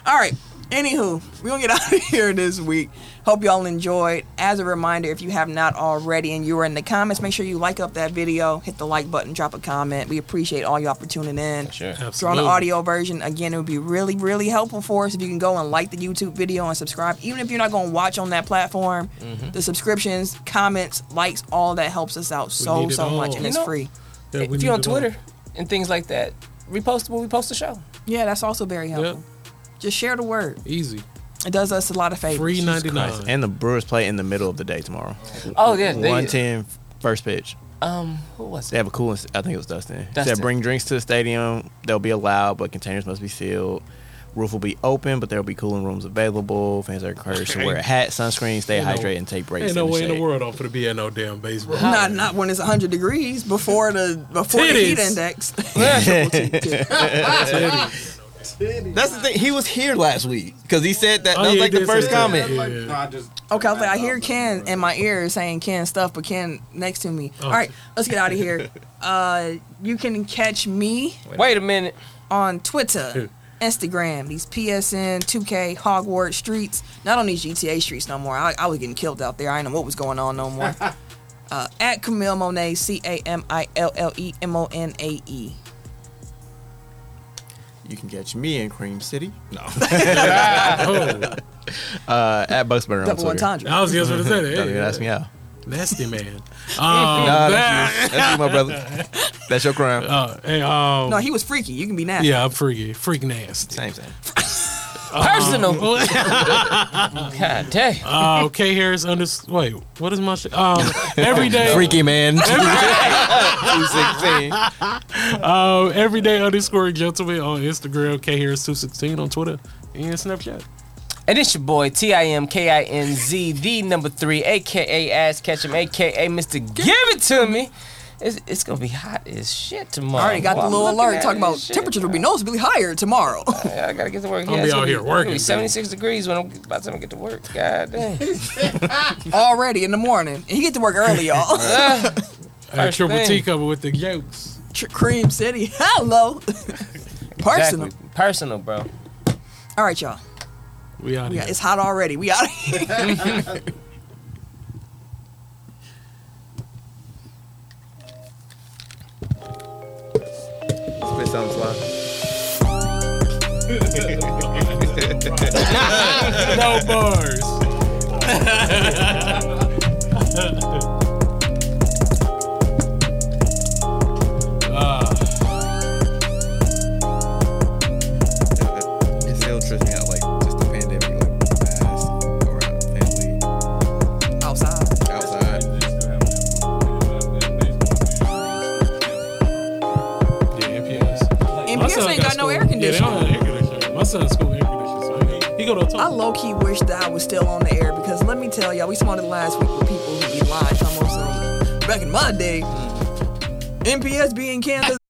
B: All right. Anywho, we're going to get out of here this week. Hope y'all enjoyed. As a reminder, if you have not already and you are in the comments, make sure you like up that video, hit the like button, drop a comment. We appreciate all y'all for tuning in.
A: Sure.
B: If you're on the audio version, again, it would be really, really helpful for us if you can go and like the YouTube video and subscribe. Even if you're not going to watch on that platform,
D: Mm-hmm.
B: the subscriptions, comments, likes, all that helps us out so,
D: need it
B: so much,
D: all.
B: and
D: You
B: it's
A: know-
B: free.
D: Yeah, we
A: if
D: need
A: you're on
D: to go.
A: Twitter and things like that, repost when we post the show.
B: Yeah, that's also very helpful. Just share the word.
D: Easy.
B: It does us a lot of favors.
D: Free 99.
C: And the Brewers play in the middle of the day tomorrow.
A: Oh yeah, they-
C: 110 first pitch.
A: Um, who was
C: They
A: it?
C: have a cool. I think it was Dustin. He
A: Dustin.
C: Said bring drinks to the stadium. They'll be allowed, but containers must be sealed. Roof will be open, but there will be cooling rooms available. Fans are encouraged to wear a hat, sunscreen, stay
D: Ain't no-
C: hydrated, and take breaks.
D: Ain't no
C: in the
D: way in the
C: shade.
D: world I'm for to be at no damn baseball.
B: Not not when it's 100 degrees before the before the heat
D: Titties.
B: index.
E: That's the thing. He was here last week because he said that.
D: Oh,
E: that was
D: yeah,
E: like
D: he
E: the
D: did say
E: first
D: that.
E: comment.
D: Yeah.
F: Like, nah, I just
B: Okay, I was like, I hear Ken in my ear saying Ken stuff, but Ken next to me. All right, let's get out of here. Uh, you can catch me
A: Wait a minute.
B: on Twitter, Instagram, these PSN, 2K, Hogwarts streets. Not on these GTA streets no more. I, I was getting killed out there. I didn't know what was going on no more. Uh, at Camille Monet, C A M I L L E M O N A E.
E: You can catch me in Cream City. No.
D: Oh,
C: Uh, at Bucksburner on Twitter.
B: Double
C: Don't
B: entendre.
D: I was just going to say that.
C: even
D: Yeah.
C: ask me how.
D: Nasty man. Um,
C: Nah,
D: that-
C: that's you. That's you, my brother. That's your crime.
D: uh, hey, um,
B: No, he was freaky. You can be nasty.
D: yeah, I'm freaky. Freak nasty.
C: Same thing.
A: Personal.
B: Oh.
A: God dang.
D: Uh, K Harris under. Wait, what is my shit? Um, every day.
C: Freaky man. Two sixteen.
D: Uh, everyday underscore gentleman on Instagram. K Harris two sixteen on Twitter and Snapchat.
A: And it's your boy T I M K I N Z the number three, aka Ass Ketchum, aka Mr. Give It To Me. It's, it's gonna be hot as shit tomorrow.
B: I already got
A: Boy,
B: the
A: I'm
B: little
A: looking
B: alert
A: at
B: talking
A: it and
B: about
A: shit.
B: temperatures will be noticeably higher tomorrow.
A: Yeah, I gotta get to work.
D: gonna be
A: it's
D: out here
A: it's Gonna
D: working,
A: be
D: dude.
A: 76 degrees when I'm by the time I get to work. God damn.
B: Already in the morning. And he get to work early, y'all.
A: Ah,
D: Hey,
A: First
D: Triple T
A: thing.
D: cover with the jokes.
B: Tr- Cream City. Hello. Personal.
A: Exactly. Personal, bro.
B: All right, y'all.
D: We out
B: We
D: here.
B: got, it's hot already. We out of here.
C: Spit something sly.
D: no bars.
E: It still trips me out, like just the pandemic, like mask around family
B: Outside.
E: outside.
D: Yeah, NPS. My
B: NPS
D: son
B: ain't got no
D: school-
B: air
D: Yeah, they
B: conditioning.
D: don't have air conditioning. My son's school air conditioning. So he- he go to a
B: I
D: tunnel.
B: low key wish that I was still on the air because let me tell y'all, we smarted last week with people who be lying. Talking about some back in my day, NPS being Kansas.